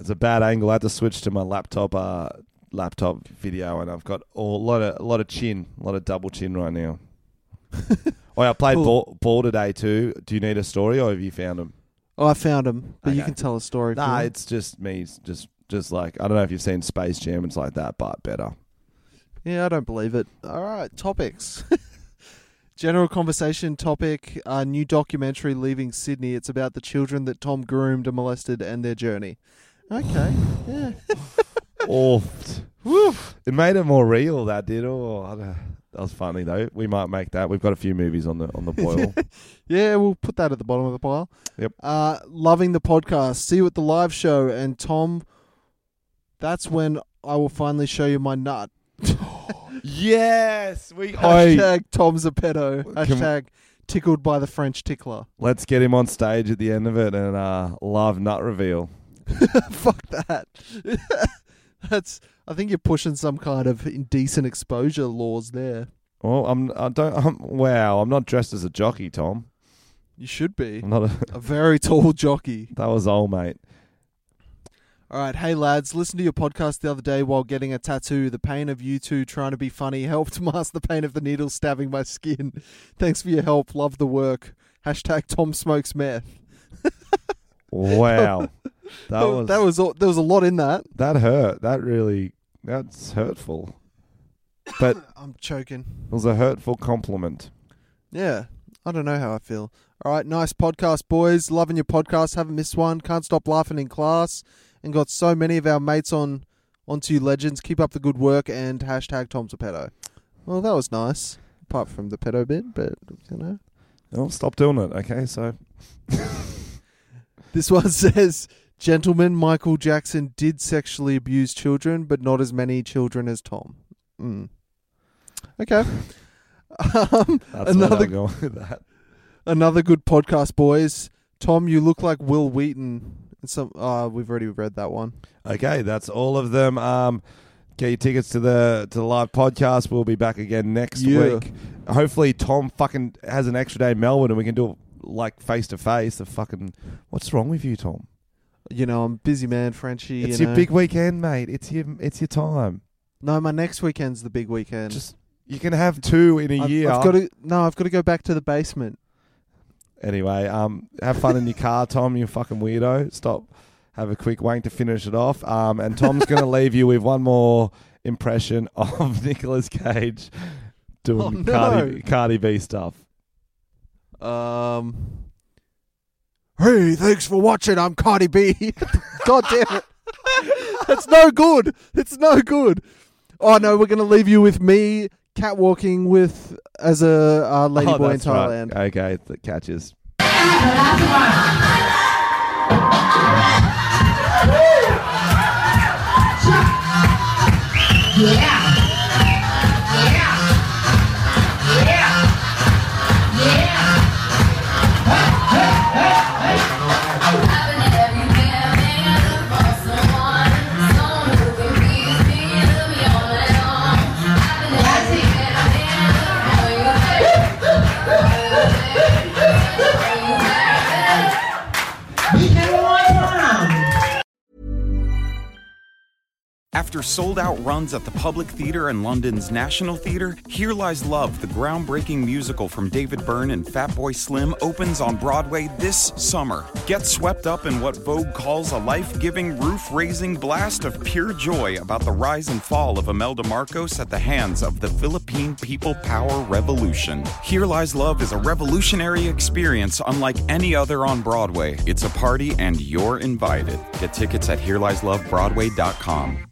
Speaker 3: It's a bad angle. I had to switch to my laptop uh laptop video, and I've got a lot of a lot of chin, a lot of double chin right now. oh, yeah, I played
Speaker 2: Cool.
Speaker 3: ball, ball today too. Do you need a story, or have you found them?
Speaker 2: Oh, I found him, but you
Speaker 3: Okay.
Speaker 2: can tell a story. if you
Speaker 3: Nah,
Speaker 2: want.
Speaker 3: it's just me. It's just just like I don't know if you've seen Space Jam. It's like that, but better.
Speaker 2: Yeah, I don't believe it. All right, topics. General conversation topic: uh, New documentary leaving Sydney. It's about the children that Tom groomed and molested and their journey. Okay. yeah.
Speaker 3: Oofed. It made it more real. That did. Oh, I don't- that was funny though. We might make that. We've got a few movies on the on the boil.
Speaker 2: Yeah, we'll put that at the bottom of the pile.
Speaker 3: Yep.
Speaker 2: Uh, loving the podcast. See you at the live show, and Tom. That's when I will finally show you my nut.
Speaker 3: yes, we. Oi,
Speaker 2: Hashtag Tom's a pedo.
Speaker 3: Can-
Speaker 2: Hashtag tickled by the French tickler.
Speaker 3: let's get him on stage at the end of it and uh, love nut reveal.
Speaker 2: Fuck that. That's. I think you're pushing some kind of indecent exposure laws there.
Speaker 3: Well, I'm. I don't. I'm, wow, I'm not dressed as a jockey, Tom.
Speaker 2: You should be
Speaker 3: I'm not. A,
Speaker 2: a very tall jockey.
Speaker 3: that was old, mate.
Speaker 2: All right, hey lads, listen to your podcast the other day while getting a tattoo. The pain of you two trying to be funny helped mask the pain of the needle stabbing my skin. Thanks for your help. Love the work. Hashtag Tom smokes meth.
Speaker 3: Wow, that was
Speaker 2: that was all- there was a lot in that.
Speaker 3: that hurt. That really that's hurtful. But it
Speaker 2: I'm choking.
Speaker 3: was a hurtful compliment.
Speaker 2: Yeah. I don't know how I feel. All right, nice podcast, boys. Loving your podcast. Haven't missed one. Can't stop laughing in class. And got so many of our mates on onto you legends. Keep up the good work and hashtag Tom's a pedo. Well, that was nice. Apart from the pedo bit, but you know.
Speaker 3: Oh, stop doing it. Okay, so
Speaker 2: This one says Gentlemen, Michael Jackson did sexually abuse children, but not as many children as Tom. Mm. Okay. um,
Speaker 3: that's
Speaker 2: Another-
Speaker 3: another going with that.
Speaker 2: Another good podcast, boys. Tom, you look like Will ah, Wheaton. And Some, uh, we've already read that one.
Speaker 3: Okay, that's all of them. Um, Get your tickets to the to the live podcast. We'll be back again next
Speaker 2: Yeah.
Speaker 3: week. Hopefully, Tom fucking has an extra day in Melbourne, and we can do it like face to face. The fucking what's wrong with you, Tom?
Speaker 2: You know, I'm busy man, Frenchie.
Speaker 3: it's
Speaker 2: you
Speaker 3: your
Speaker 2: know.
Speaker 3: big weekend, mate. It's your it's your time.
Speaker 2: No, my next weekend's the big weekend.
Speaker 3: Just you can have two in a
Speaker 2: I've,
Speaker 3: year.
Speaker 2: I've got to no, I've got to go back to the basement.
Speaker 3: Anyway, um, have fun in your car, Tom. You fucking weirdo. Stop. Have a quick wank to finish it off. Um, and Tom's going to leave you with one more impression of Nicolas Cage doing
Speaker 2: Oh, no.
Speaker 3: Cardi, Cardi B stuff.
Speaker 2: Um. Hey, thanks for watching. I'm Cardi B. God damn it. That's no good. It's no good. Oh no, we're gonna leave you with me catwalking with as a uh, ladyboy
Speaker 3: Oh,
Speaker 2: in
Speaker 3: that's right.
Speaker 2: Thailand.
Speaker 3: Okay, the catches.
Speaker 1: After sold out runs at the Public Theatre and London's National Theatre, Here Lies Love, the groundbreaking musical from David Byrne and Fatboy Slim, opens on Broadway this summer. Get swept up in what Vogue calls a life giving, roof raising blast of pure joy about the rise and fall of Imelda Marcos at the hands of the Philippine People Power Revolution. Here Lies Love is a revolutionary experience unlike any other on Broadway. It's a party, and you're invited. Get tickets at HereLiesLoveBroadway.com.